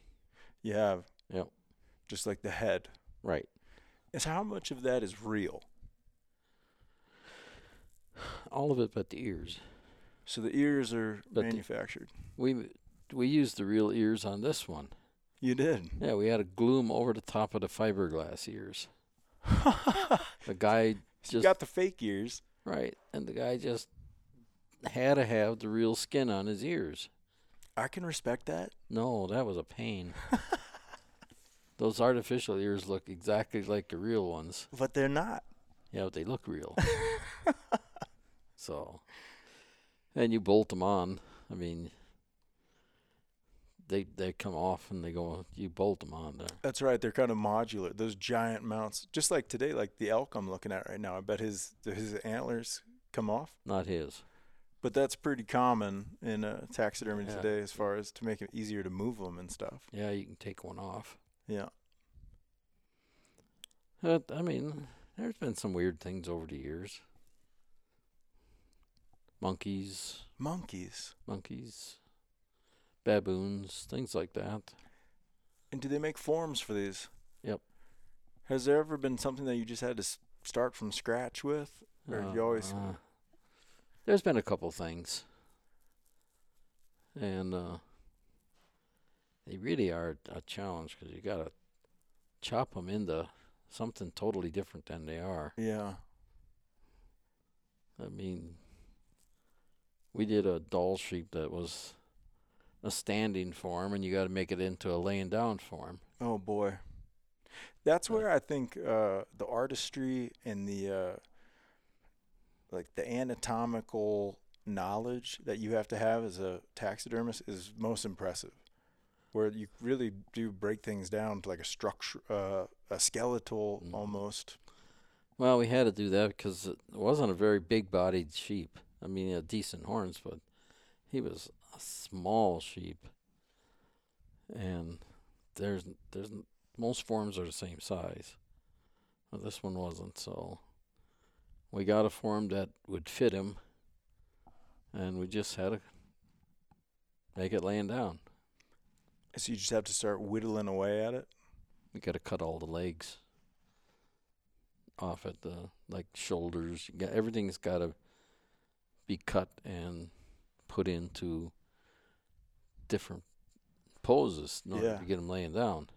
Speaker 1: Yeah.
Speaker 2: Yep.
Speaker 1: Just like the head.
Speaker 2: Right.
Speaker 1: Is how much of that is real?
Speaker 2: All of it but the ears.
Speaker 1: So the ears are
Speaker 2: But the-
Speaker 1: manufactured.
Speaker 2: We we used the real ears on this one.
Speaker 1: you did.
Speaker 2: Yeah, we had a gloom over the top of the fiberglass ears. The guy
Speaker 1: you
Speaker 2: just
Speaker 1: got the fake ears.
Speaker 2: right, and the guy just had to have the real skin on his ears.
Speaker 1: I can respect that.
Speaker 2: No, that was a pain. Those artificial ears look exactly like the real ones.
Speaker 1: But they're not.
Speaker 2: Yeah, but they look real. so, and you bolt them on. I mean, they they come off and they go. You bolt them on there.
Speaker 1: That's right. They're kind of modular. Those giant mounts, just like today, like the elk I'm looking at right now. I bet his his antlers come off.
Speaker 2: Not his.
Speaker 1: But that's pretty common in uh, taxidermy
Speaker 2: Yeah.
Speaker 1: today, as far as to make it easier to move them and stuff.
Speaker 2: Yeah, you can take one off.
Speaker 1: Yeah.
Speaker 2: But, Uh, I mean, there's been some weird things over the years. Monkeys,
Speaker 1: Monkeys.
Speaker 2: monkeys, baboons, things like that.
Speaker 1: And do they make forms for these?
Speaker 2: Yep.
Speaker 1: Has there ever been something that you just had to s- start from scratch with? Or you always-
Speaker 2: uh, There's been a couple things, and uh, they really are a challenge because you gotta chop them into something totally different than they are.
Speaker 1: Yeah.
Speaker 2: I mean, we did a doll sheep that was a standing form, and you got to make it into a laying down form.
Speaker 1: Oh boy. That's
Speaker 2: Yeah.
Speaker 1: where I think uh, the artistry and the uh, like the anatomical knowledge that you have to have as a taxidermist is most impressive. Where you really do break things down to like a structure, uh, a skeletal
Speaker 2: Mhm.
Speaker 1: almost.
Speaker 2: Well, we had to do that because it wasn't a very big bodied sheep. I mean, he had decent horns, but he was a small sheep. And there's there's most forms are the same size, but this one wasn't. So we got a form that would fit him, and we just had to make it laying down.
Speaker 1: So you just have to start whittling away at it.
Speaker 2: We got to cut all the legs off at the like shoulders. You got, everything's got to be cut and put into different poses in order
Speaker 1: Yeah.
Speaker 2: to get them laying down.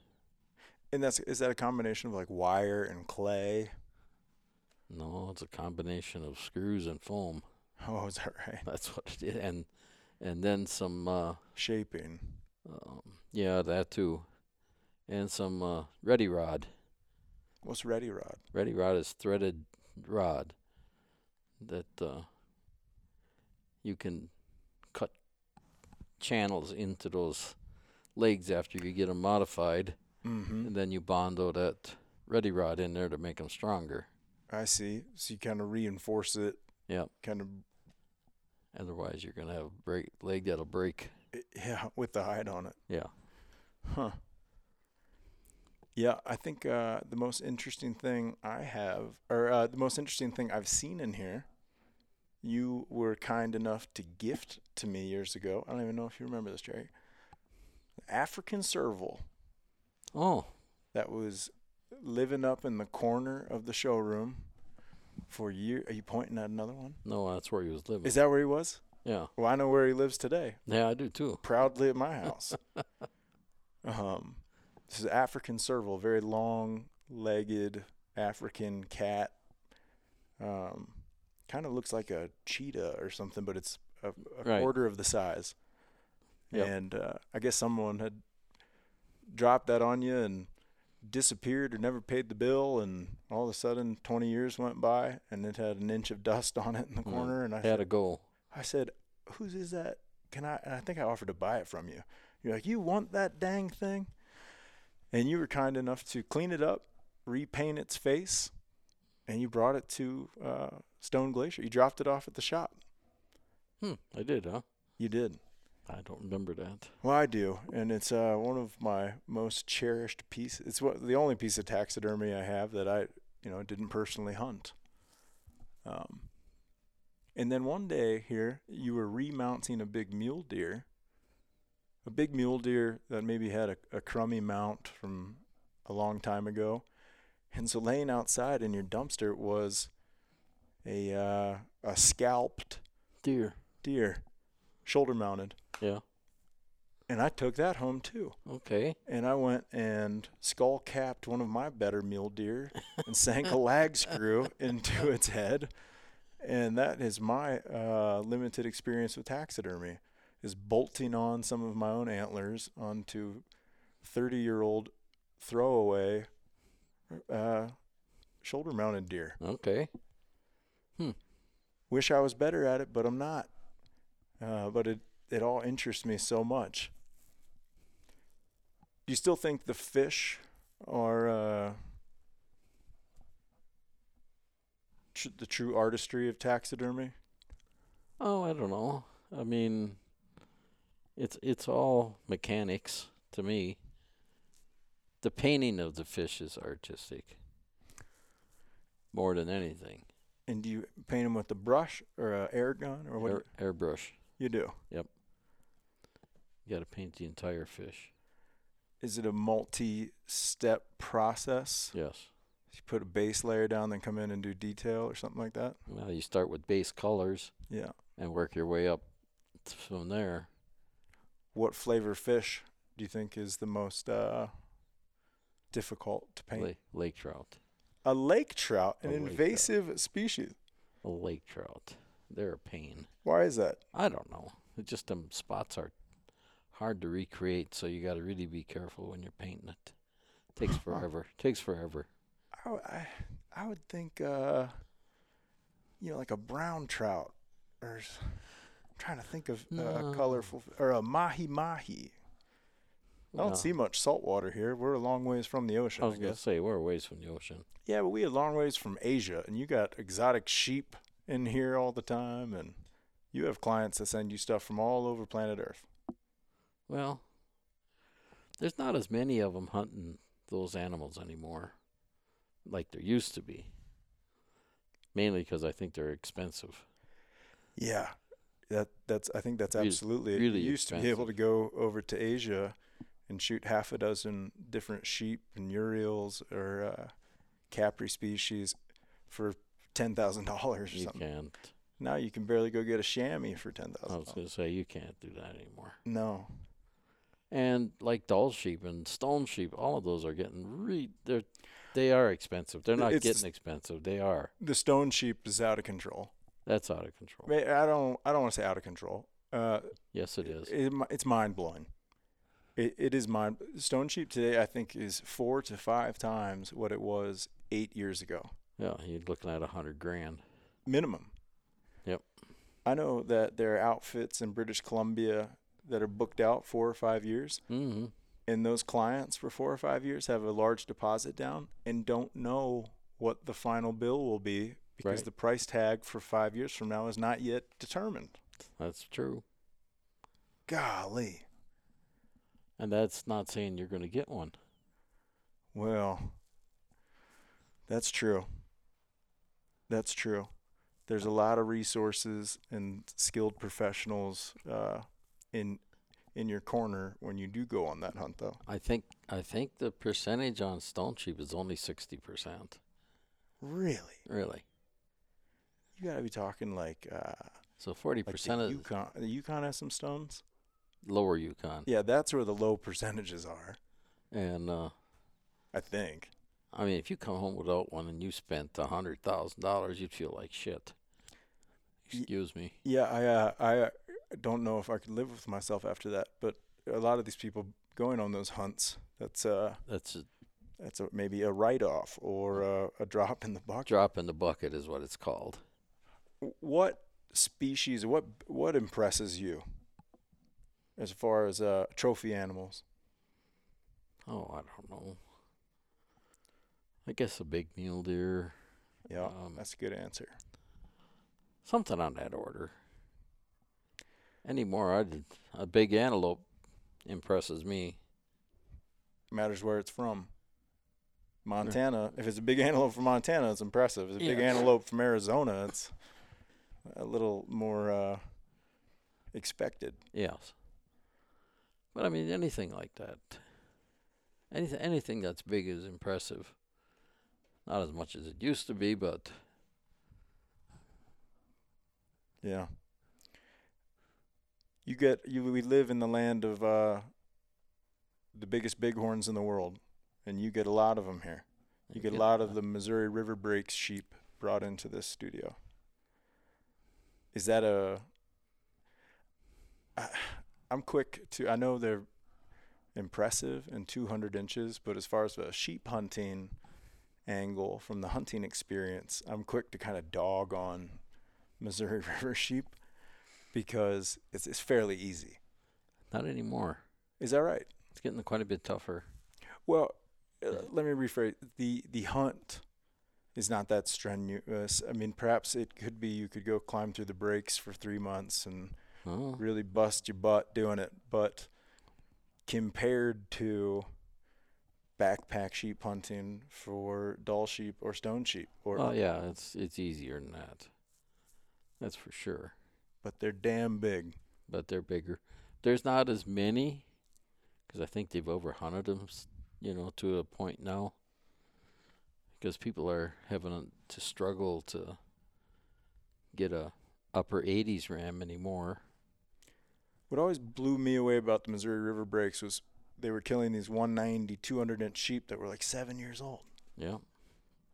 Speaker 1: And that's is that a combination of like wire and clay?
Speaker 2: No, it's a combination of screws and foam.
Speaker 1: Oh, is that right?
Speaker 2: That's what it is, and and then some uh,
Speaker 1: Shaping.
Speaker 2: um, yeah, that too, and some uh, ready rod.
Speaker 1: What's ready rod?
Speaker 2: Ready rod is threaded rod that uh, you can cut channels into those legs after you get them modified,
Speaker 1: Mm-hmm.
Speaker 2: and then you bondo that ready rod in there to make them stronger.
Speaker 1: I see. So you kind of reinforce it.
Speaker 2: Yep.
Speaker 1: Kind of
Speaker 2: Otherwise, you're gonna have a break leg that'll break.
Speaker 1: yeah, with the hide on it.
Speaker 2: Yeah.
Speaker 1: Huh. Yeah, I think uh, the most interesting thing I have, or uh, the most interesting thing I've seen in here, you were kind enough to gift to me years ago. I don't even know if you remember this, Jerry. African serval
Speaker 2: Oh,
Speaker 1: that was living up in the corner of the showroom for year. Are you pointing at another one?
Speaker 2: no, that's where he was living.
Speaker 1: Is that where he was?
Speaker 2: yeah,
Speaker 1: Well, I know where he lives today.
Speaker 2: yeah, I do too.
Speaker 1: proudly at my house. um, this is African serval, very long-legged African cat. Um, kind of looks like a cheetah or something, but it's a, a
Speaker 2: Right.
Speaker 1: quarter of the size.
Speaker 2: Yep.
Speaker 1: And uh, I guess someone had dropped that on you and disappeared or never paid the bill, and all of a sudden, 20 years went by, and it had an inch of dust on it in the
Speaker 2: Mm.
Speaker 1: corner. And I
Speaker 2: Had a goal.
Speaker 1: I said, "Whose is that? Can I?" And I think I offered to buy it from you. You're like, "You want that dang thing?" And you were kind enough to clean it up, repaint its face, and you brought it to uh, Stone Glacier. You dropped it off at the shop.
Speaker 2: Hmm, I did, huh?
Speaker 1: You did.
Speaker 2: I don't remember that.
Speaker 1: Well, I do, and it's uh, one of my most cherished pieces. It's what the only piece of taxidermy I have that I, you know, didn't personally hunt. Um, and then one day here, you were remounting a big mule deer, a big mule deer that maybe had a, a crummy mount from a long time ago, and so laying outside in your dumpster was a uh, a scalped
Speaker 2: Deer.
Speaker 1: deer, shoulder mounted,
Speaker 2: Yeah.
Speaker 1: and I took that home too.
Speaker 2: Okay.
Speaker 1: and I went and skull capped one of my better mule deer and sank a lag screw into its head. And that is my uh, limited experience with taxidermy is bolting on some of my own antlers onto 30 year old throwaway uh, shoulder mounted deer.
Speaker 2: Okay.
Speaker 1: Wish I was better at it, but I'm not. Uh, but it, it all interests me so much. Do you still think the fish are uh, tr- the true artistry of taxidermy?
Speaker 2: Oh, I don't know. I mean, it's it's all mechanics to me. The painting of the fish is artistic more than anything.
Speaker 1: And do you paint them with a brush or a air gun or what?
Speaker 2: Air, airbrush.
Speaker 1: you do.
Speaker 2: You got to paint the entire fish.
Speaker 1: Is it a multi-step process?
Speaker 2: Yes.
Speaker 1: You put a base layer down, then come in and do detail or something like that.
Speaker 2: Well, you start with base colors
Speaker 1: Yeah.
Speaker 2: and work your way up t- from there.
Speaker 1: What flavor fish do you think is the most uh, difficult to paint?
Speaker 2: La- lake trout,
Speaker 1: A lake trout, an
Speaker 2: A lake
Speaker 1: invasive species.
Speaker 2: a lake trout. They're a pain.
Speaker 1: Why is that?
Speaker 2: I don't know. It just them spots are hard to recreate, so you got to really be careful when you're painting it. Takes forever. Takes forever.
Speaker 1: I, w- I, I would think, uh, you know, like a brown trout, or s- I'm trying to think of uh,
Speaker 2: No.
Speaker 1: a colorful f- or a mahi mahi. I don't
Speaker 2: No.
Speaker 1: see much salt water here. We're a long ways from the ocean,
Speaker 2: I
Speaker 1: I,
Speaker 2: was gonna
Speaker 1: guess.
Speaker 2: say we're a ways from the ocean.
Speaker 1: Yeah, but we a long ways from Asia, and you got exotic sheep in here all the time, and you have clients that send you stuff from all over planet Earth.
Speaker 2: Well, there's not as many of them hunting those animals anymore, like there used to be. Mainly because I think they're expensive.
Speaker 1: Yeah, that that's. I think that's
Speaker 2: Really-
Speaker 1: absolutely. it.
Speaker 2: really
Speaker 1: you used to be able to go over to Asia and shoot half a dozen different sheep and urials or uh, capri species for ten thousand dollars or
Speaker 2: You
Speaker 1: something.
Speaker 2: can't. Oh,
Speaker 1: Now you can barely go get a chamois for ten
Speaker 2: I
Speaker 1: thousand
Speaker 2: was
Speaker 1: dollars.
Speaker 2: gonna say you can't do that anymore.
Speaker 1: No,
Speaker 2: and like doll sheep and stone sheep, all of those are getting re they're they are expensive. They're not
Speaker 1: It's-
Speaker 2: getting expensive. They are.
Speaker 1: the stone sheep is out of control.
Speaker 2: That's out of control.
Speaker 1: Ma- I don't. I don't want to say out of control. Uh,
Speaker 2: yes, it is.
Speaker 1: It, mi- it's mind blowing. It, it is mind. Stone sheep today, I think, is four to five times what it was eight years ago,
Speaker 2: yeah, you're looking at a hundred grand.
Speaker 1: minimum.
Speaker 2: Yep.
Speaker 1: I know that there are outfits in British Columbia that are booked out four or five years,
Speaker 2: Mm-hmm.
Speaker 1: and those clients for four or five years have a large deposit down and don't know what the final bill will be because
Speaker 2: Right.
Speaker 1: the price tag for five years from now is not yet determined.
Speaker 2: That's true.
Speaker 1: Golly.
Speaker 2: And that's not saying you're going to get one.
Speaker 1: Well, that's true. That's true. There's a lot of resources and skilled professionals uh, in in your corner when you do go on that hunt, though.
Speaker 2: I think I think the percentage on stone sheep is only sixty percent.
Speaker 1: Really,
Speaker 2: Really.
Speaker 1: you got to be talking like uh,
Speaker 2: So forty
Speaker 1: like
Speaker 2: percent
Speaker 1: the
Speaker 2: of
Speaker 1: Yukon. The Yukon has some stones.
Speaker 2: lower Yukon.
Speaker 1: Yeah, that's where the low percentages are.
Speaker 2: And uh,
Speaker 1: I think.
Speaker 2: I mean, if you come home without one and you spent a hundred thousand dollars, you'd feel like shit.
Speaker 1: Ye-
Speaker 2: Excuse me.
Speaker 1: Yeah, I uh, I uh, don't know if I could live with myself after that. But a lot of these people going on those hunts. That's uh.
Speaker 2: That's a
Speaker 1: that's a, maybe a write-off or
Speaker 2: Mm.
Speaker 1: a, a drop in the bucket.
Speaker 2: Drop in the bucket is what it's called.
Speaker 1: What species? What what impresses you as far as uh, trophy animals?
Speaker 2: Oh, I don't know. I guess a big mule deer,
Speaker 1: Yeah,
Speaker 2: Um,
Speaker 1: that's a good answer.
Speaker 2: something on that order. Anymore, I did, a big antelope impresses me.
Speaker 1: Matters where it's from. Montana. If it's a big antelope from Montana, it's impressive. If it's a big
Speaker 2: Yeah.
Speaker 1: antelope from Arizona, it's a little more uh, expected.
Speaker 2: Yes, but I mean anything like that. Anything, anything that's big is impressive. Not as much as it used to be, but
Speaker 1: Yeah. You get you we live in the land of uh the biggest bighorns in the world and you get a lot of them here. You get a lot of the Missouri River Breaks sheep brought into this studio. Is that a I, I'm quick to I know they're impressive and 200 inches, but as far as a sheep hunting angle from the hunting experience, I'm quick to kind of dog on Missouri River sheep because it's, it's fairly easy.
Speaker 2: Not anymore.
Speaker 1: Is that right?
Speaker 2: It's getting quite a bit tougher.
Speaker 1: Well, uh, let me rephrase. The the hunt is not that strenuous. I mean, perhaps it could be you could go climb through the breaks for three months and
Speaker 2: Oh,
Speaker 1: really bust your butt doing it, but compared to backpack sheep hunting for doll sheep or stone sheep or
Speaker 2: oh yeah, it's it's easier than that. That's for sure.
Speaker 1: but they're damn big.
Speaker 2: but they're bigger. There's not as many because I think they've overhunted them, you know, to a point now. because people are having to struggle to get a upper 80s ram anymore.
Speaker 1: What always blew me away about the Missouri River breaks was they were killing these 190, 200 inch sheep that were like seven years old.
Speaker 2: Yeah.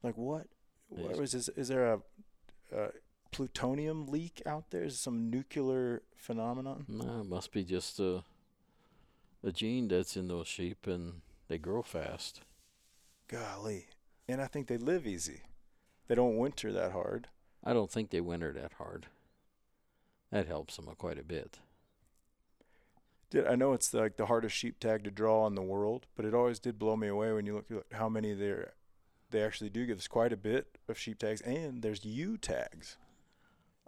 Speaker 1: Like what? What
Speaker 2: Yes.
Speaker 1: was this? Is there a, a plutonium leak out there? Is some nuclear phenomenon?
Speaker 2: No, it must be just the the gene that's in those sheep, and they grow fast.
Speaker 1: Golly. And I think they live easy. They don't winter that hard.
Speaker 2: I don't think they winter that hard. That helps them quite a bit.
Speaker 1: Did I know it's like the hardest sheep tag to draw in the world, but it always did blow me away when you look at how many there they actually do give. There's quite a bit of sheep tags, and there's U tags.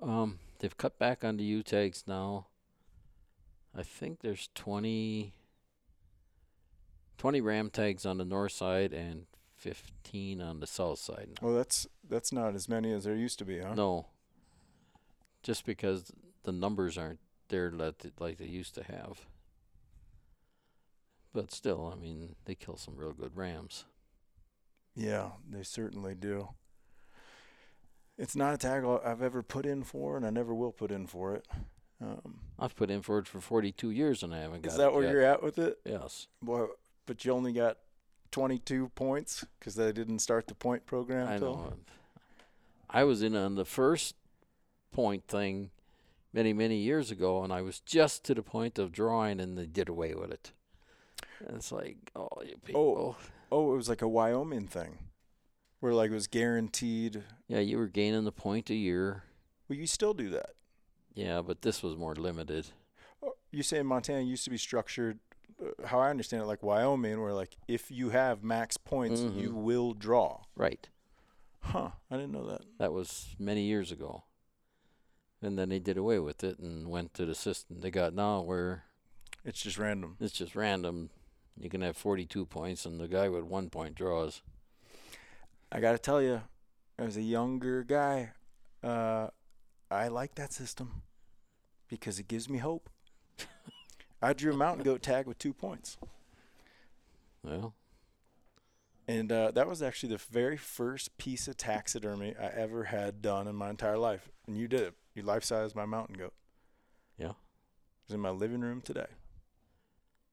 Speaker 2: Um, they've cut back on the U tags now. I think there's 20, 20 ram tags on the north side and 15 on the south side now.
Speaker 1: Well, that's that's not as many as there used to be, huh?
Speaker 2: No. Just because the numbers aren't there that th- like they used to have. But still, I mean, they kill some real good rams.
Speaker 1: Yeah, they certainly do. It's not a tag I- I've ever put in for, and I never will put in for it. Um,
Speaker 2: I've put in for it for 42 years and I haven't got
Speaker 1: is
Speaker 2: it
Speaker 1: that where
Speaker 2: yet.
Speaker 1: you're at with it?
Speaker 2: Yes.
Speaker 1: Boy, but you only got 22 points because they didn't start the point program
Speaker 2: I
Speaker 1: till.
Speaker 2: know. it. I was in on the first point thing many, many years ago, and I was just to the point of drawing, and they did away with it. And it's like, oh, you people.
Speaker 1: Oh, it was like a Wyoming thing, where like it was guaranteed.
Speaker 2: Yeah, you were gaining the point a year.
Speaker 1: Well, you still do that.
Speaker 2: Yeah, but this was more limited.
Speaker 1: Oh, You say in Montana it used to be structured, uh, how I understand it, like Wyoming, where like if you have max points, you
Speaker 2: Mhm.
Speaker 1: will draw.
Speaker 2: Right.
Speaker 1: Huh? I didn't know that.
Speaker 2: That was many years ago. And then they did away with it and went to the system they got now where
Speaker 1: It's just random.
Speaker 2: it's just random. You can have 42 points, and the guy with one point draws.
Speaker 1: I gotta tell you, as a younger guy, uh, I like that system because it gives me hope. I drew a mountain goat tag with two points.
Speaker 2: Well,
Speaker 1: And uh, that was actually the very first piece of taxidermy I ever had done in my entire life. And you did it. You life sized my mountain goat.
Speaker 2: Yeah.
Speaker 1: It was in my living room today.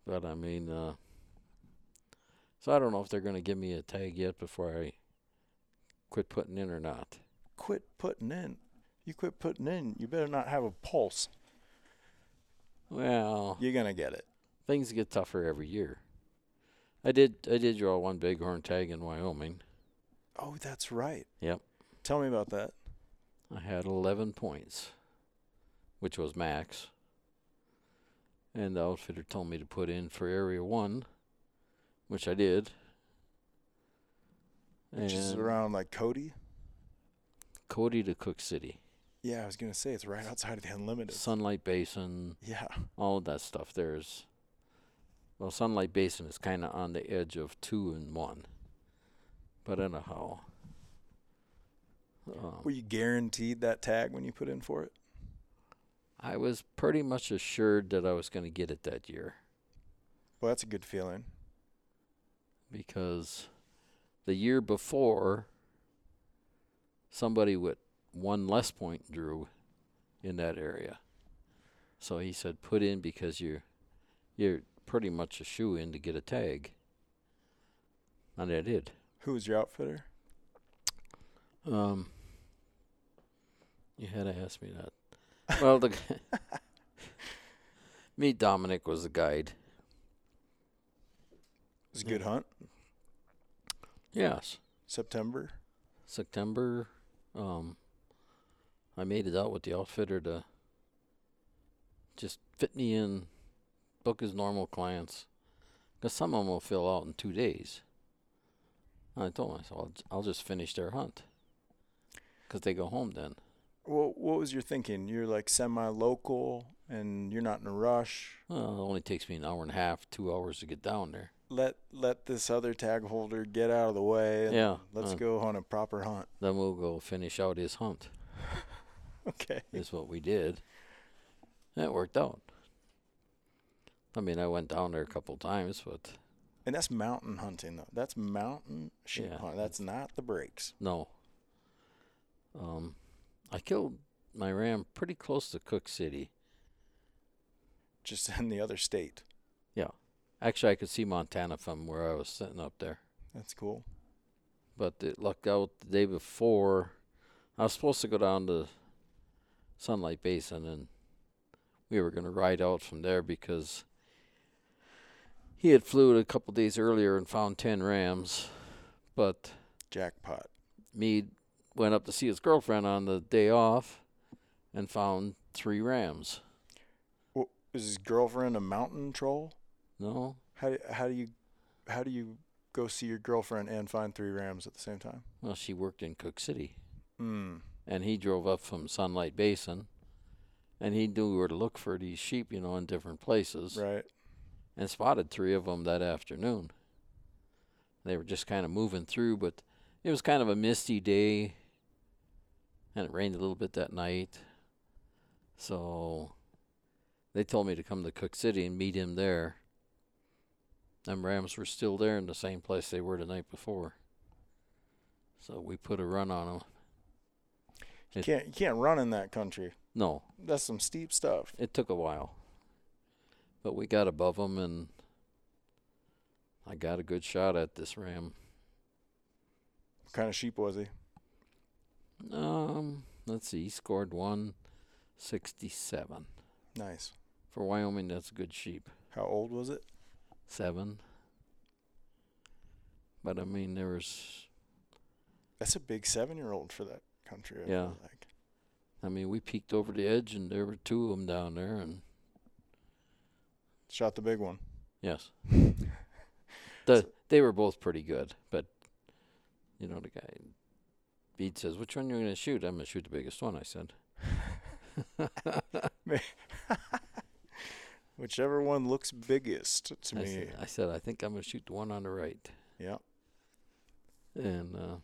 Speaker 2: But I mean, uh, so I don't know if they're going to give me a tag yet before I quit putting in or not.
Speaker 1: Quit putting in. You quit putting in. You better not have a pulse.
Speaker 2: Well,
Speaker 1: You're going to get it.
Speaker 2: things get tougher every year. I did I did draw one bighorn tag in Wyoming.
Speaker 1: Oh, that's right.
Speaker 2: Yep.
Speaker 1: Tell me about that.
Speaker 2: I had 11 points, which was max. And the outfitter told me to put in for area 1, which I did.
Speaker 1: Which is
Speaker 2: And
Speaker 1: around like Cody.
Speaker 2: Cody to Cook City,
Speaker 1: Yeah, I was going to say it's right outside of the Unlimited.
Speaker 2: Sunlight Basin,
Speaker 1: Yeah.
Speaker 2: all of that stuff there's well sunlight basin is kind of on the edge of two and one but anyhow um,
Speaker 1: Were you guaranteed that tag when you put in for it?
Speaker 2: i was pretty much assured that i was going to get it that year
Speaker 1: Well, that's a good feeling.
Speaker 2: because the year before somebody with one less point drew in that area so he said put in because you're you're pretty much a shoe in to get a tag and i did
Speaker 1: Who was your outfitter?
Speaker 2: Um, you had to ask me that. Well, the guy- me Dominic was the guide.
Speaker 1: It was a good hunt.
Speaker 2: Yes,
Speaker 1: September.
Speaker 2: September. Um, I made it out with the outfitter to just fit me in, book his normal clients, because some of them will fill out in two days. And I told myself I'll, j- I'll just finish their hunt, because they go home then.
Speaker 1: Well, what was your thinking? You're like semi-local, and you're not in a rush.
Speaker 2: Well, it only takes me an hour and a half, two hours to get down there.
Speaker 1: Let let this other tag holder get out of the way. and
Speaker 2: Yeah,
Speaker 1: Let's
Speaker 2: uh.
Speaker 1: go on a proper hunt.
Speaker 2: Then we'll go finish out his hunt,
Speaker 1: Okay.
Speaker 2: is what we did. And it worked out. I mean, I went down there a couple times, but
Speaker 1: And that's mountain hunting, though. That's mountain sheep
Speaker 2: Yeah.
Speaker 1: hunting. That's not the breaks.
Speaker 2: No. Um, I killed my ram pretty close to Cook City.
Speaker 1: Just in the other state.
Speaker 2: Actually, I could see Montana from where I was sitting up there.
Speaker 1: That's cool.
Speaker 2: but it lucked out the day before. I was supposed to go down to Sunlight Basin and we were going to ride out from there because he had flew it a couple days earlier and found 10 rams. But
Speaker 1: Jackpot.
Speaker 2: Meade went up to see his girlfriend on the day off and found three rams.
Speaker 1: Wh- Is his girlfriend a mountain troll?
Speaker 2: No?
Speaker 1: How do, how do you how do you go see your girlfriend and find three rams at the same time?
Speaker 2: Well, she worked in Cook City.
Speaker 1: Hmm.
Speaker 2: and he drove up from Sunlight Basin, and he knew where to look for these sheep, you know, in different places,
Speaker 1: Right.
Speaker 2: and spotted three of them that afternoon. They were just kind of moving through, but it was kind of a misty day, and it rained a little bit that night, so they told me to come to Cook City and meet him there. Them rams were still there in the same place they were the night before. So we put a run on them.
Speaker 1: You
Speaker 2: It-
Speaker 1: can't you can't run in that country.
Speaker 2: No,
Speaker 1: That's some steep stuff.
Speaker 2: it took a while, but we got above them, and I got a good shot at this ram.
Speaker 1: What kind of sheep was he?
Speaker 2: Um, let's see, he scored one sixty-seven
Speaker 1: Nice.
Speaker 2: for Wyoming. That's a good sheep,
Speaker 1: How old was it?
Speaker 2: seven. But I mean, there was.
Speaker 1: That's a big seven year old for that country. I
Speaker 2: Yeah.
Speaker 1: feel like.
Speaker 2: I mean, we peeked over the edge, and there were two of them down there, and
Speaker 1: Shot the big one.
Speaker 2: yes, the they were both pretty good. But you know, the guy, Bede says, "Which one you gonna shoot?" I'm gonna shoot the biggest one. I said.
Speaker 1: Whichever one looks biggest to
Speaker 2: I
Speaker 1: me.
Speaker 2: said, I said, I think I'm going to shoot the one on the right.
Speaker 1: Yeah.
Speaker 2: And uh,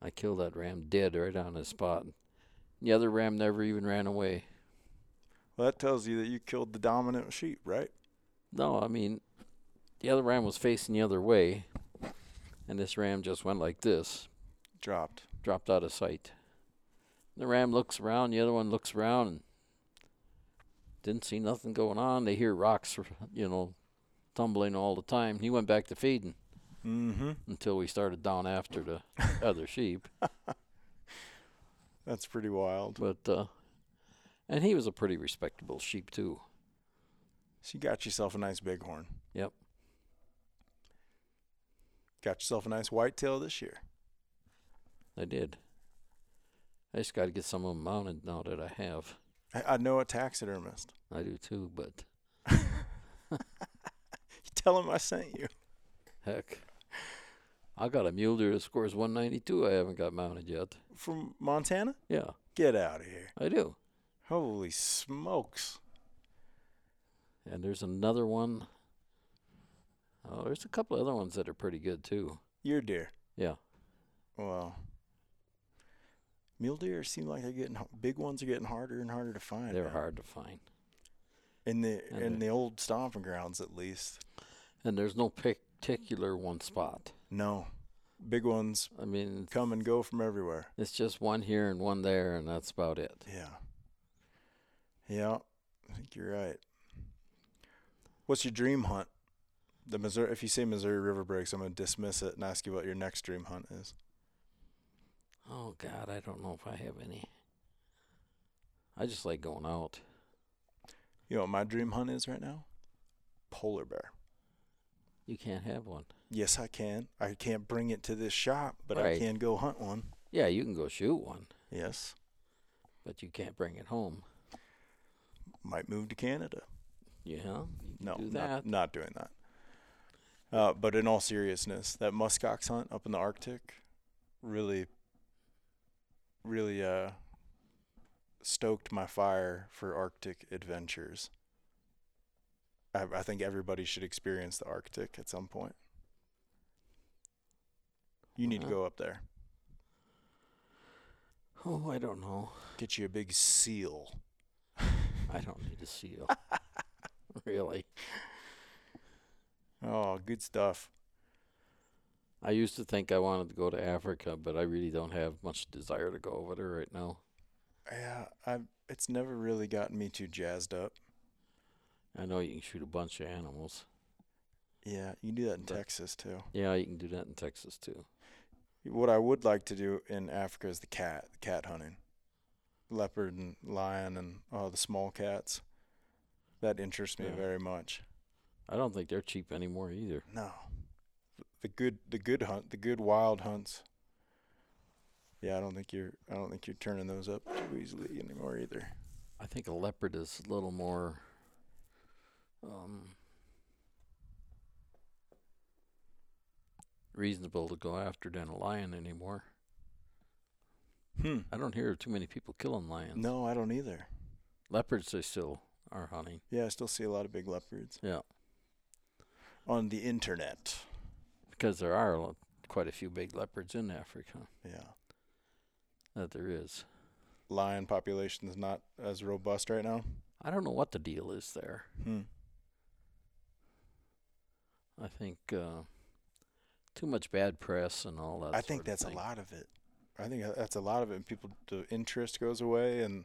Speaker 2: I killed that ram dead right on his spot. The other ram never even ran away.
Speaker 1: Well, that tells you that you killed the dominant sheep, right?
Speaker 2: No, I mean, the other ram was facing the other way, and this ram just went like this,
Speaker 1: Dropped.
Speaker 2: dropped out of sight. The ram looks around, the other one looks around, and didn't see nothing going on. They hear rocks, you know, tumbling all the time. He went back to feeding.
Speaker 1: Mm-hmm.
Speaker 2: until we started down after the other sheep.
Speaker 1: That's pretty wild.
Speaker 2: But uh, and he was a pretty respectable sheep too.
Speaker 1: So you got yourself a nice bighorn.
Speaker 2: Yep.
Speaker 1: Got yourself a nice whitetail this year.
Speaker 2: I did. I just got to get some of them mounted now that I have.
Speaker 1: I, I know a taxidermist.
Speaker 2: I do too, but
Speaker 1: You tell him I sent you.
Speaker 2: heck, I got a mule deer that scores 192. I haven't got mounted yet.
Speaker 1: From Montana?
Speaker 2: Yeah,
Speaker 1: Get out of here.
Speaker 2: I do.
Speaker 1: Holy smokes.
Speaker 2: And there's another one. Oh, there's a couple other ones that are pretty good too.
Speaker 1: Your deer.
Speaker 2: Yeah.
Speaker 1: Wow. Mule deer seem like they're getting big ones are getting harder and harder to find.
Speaker 2: They're
Speaker 1: man.
Speaker 2: hard to find.
Speaker 1: in the
Speaker 2: And
Speaker 1: in
Speaker 2: they're-
Speaker 1: the old stomping grounds at least.
Speaker 2: And there's no particular one spot.
Speaker 1: No, big ones
Speaker 2: I mean,
Speaker 1: come and go from everywhere.
Speaker 2: It's just one here and one there, and that's about it.
Speaker 1: Yeah. Yeah, I think you're right. What's your dream hunt? The Missouri. If you say Missouri River breaks, I'm gonna dismiss it and ask you what your next dream hunt is.
Speaker 2: Oh God, I don't know if I have any. I just like going out.
Speaker 1: You know what my dream hunt is right now? Polar bear.
Speaker 2: You can't have one.
Speaker 1: Yes, I can. I can't bring it to this shop, but I
Speaker 2: Right.
Speaker 1: can go hunt one.
Speaker 2: Yeah, you can go shoot one,
Speaker 1: Yes.
Speaker 2: but you can't bring it home.
Speaker 1: Might move to Canada.
Speaker 2: Yeah, you can
Speaker 1: No,
Speaker 2: do
Speaker 1: not,
Speaker 2: that.
Speaker 1: not doing that. Uh, but in all seriousness, that muskox hunt up in the Arctic really, really uh, stoked my fire for Arctic adventures. I, I think everybody should experience the Arctic at some point. You need to
Speaker 2: Wow.
Speaker 1: go up there,
Speaker 2: Oh, I don't know.
Speaker 1: get you a big seal.
Speaker 2: I don't need a seal. really?
Speaker 1: Oh, good stuff.
Speaker 2: I used to think I wanted to go to Africa, but I really don't have much desire to go over there right now.
Speaker 1: Yeah, I it's never really gotten me too jazzed up.
Speaker 2: I know you can shoot a bunch of animals.
Speaker 1: Yeah, you can do that in
Speaker 2: But-
Speaker 1: Texas too.
Speaker 2: Yeah, you can do that in Texas too.
Speaker 1: What I would like to do in Africa is the cat, cat hunting, leopard and lion and all the small cats. That interests me
Speaker 2: Yeah.
Speaker 1: very much.
Speaker 2: I don't think they're cheap anymore either.
Speaker 1: No, the good, the good hunt, the good wild hunts. Yeah, I don't think you're, I don't think you're turning those up too easily anymore either.
Speaker 2: I think a leopard is a little more. Um, reasonable to go after than a lion anymore.
Speaker 1: Hmm.
Speaker 2: I don't hear of too many people killing lions.
Speaker 1: No, I don't either.
Speaker 2: Leopards, they still are hunting.
Speaker 1: Yeah, I still see a lot of big leopards
Speaker 2: Yeah.
Speaker 1: on the internet.
Speaker 2: Because there are a lo- quite a few big leopards in Africa.
Speaker 1: Yeah.
Speaker 2: That there is.
Speaker 1: lion population is not as robust right now.
Speaker 2: I don't know what the deal is there.
Speaker 1: Hmm.
Speaker 2: I think uh, too much bad press and all that.
Speaker 1: I
Speaker 2: sort
Speaker 1: think
Speaker 2: of
Speaker 1: that's
Speaker 2: thing.
Speaker 1: a lot of it. I think that's a lot of it. People, the interest goes away, and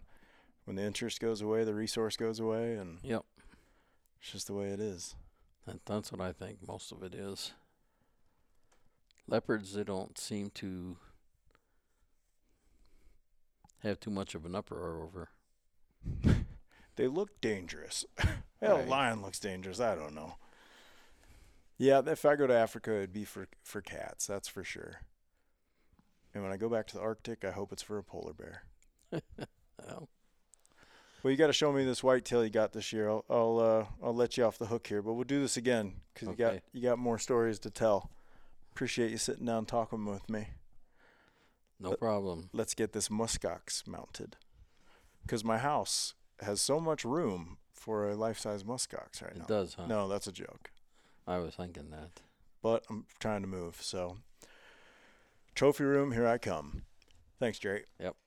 Speaker 1: when the interest goes away, the resource goes away, and
Speaker 2: Yep.
Speaker 1: it's just the way it is.
Speaker 2: That, that's what I think most of it is. Leopards, they don't seem to have too much of an uproar over.
Speaker 1: They look dangerous. Hell,
Speaker 2: Right.
Speaker 1: lion looks dangerous. I don't know. Yeah, if I go to Africa, it'd be for for cats. That's for sure. And when I go back to the Arctic, I hope it's for a polar bear.
Speaker 2: Well,
Speaker 1: Well, you got to show me this whitetail you got this year. I'll I'll, uh, I'll let you off the hook here, but we'll do this again because you got
Speaker 2: Okay.
Speaker 1: you got more stories to tell. Appreciate you sitting down talking with me.
Speaker 2: no
Speaker 1: But-
Speaker 2: problem.
Speaker 1: Let's get this muskox mounted because my house has so much room for a life-size muskox right
Speaker 2: It
Speaker 1: now.
Speaker 2: does, huh?
Speaker 1: No, that's a joke.
Speaker 2: I was thinking that.
Speaker 1: But I'm trying to move, so trophy room, here I come. Thanks, Jerry.
Speaker 2: Yep.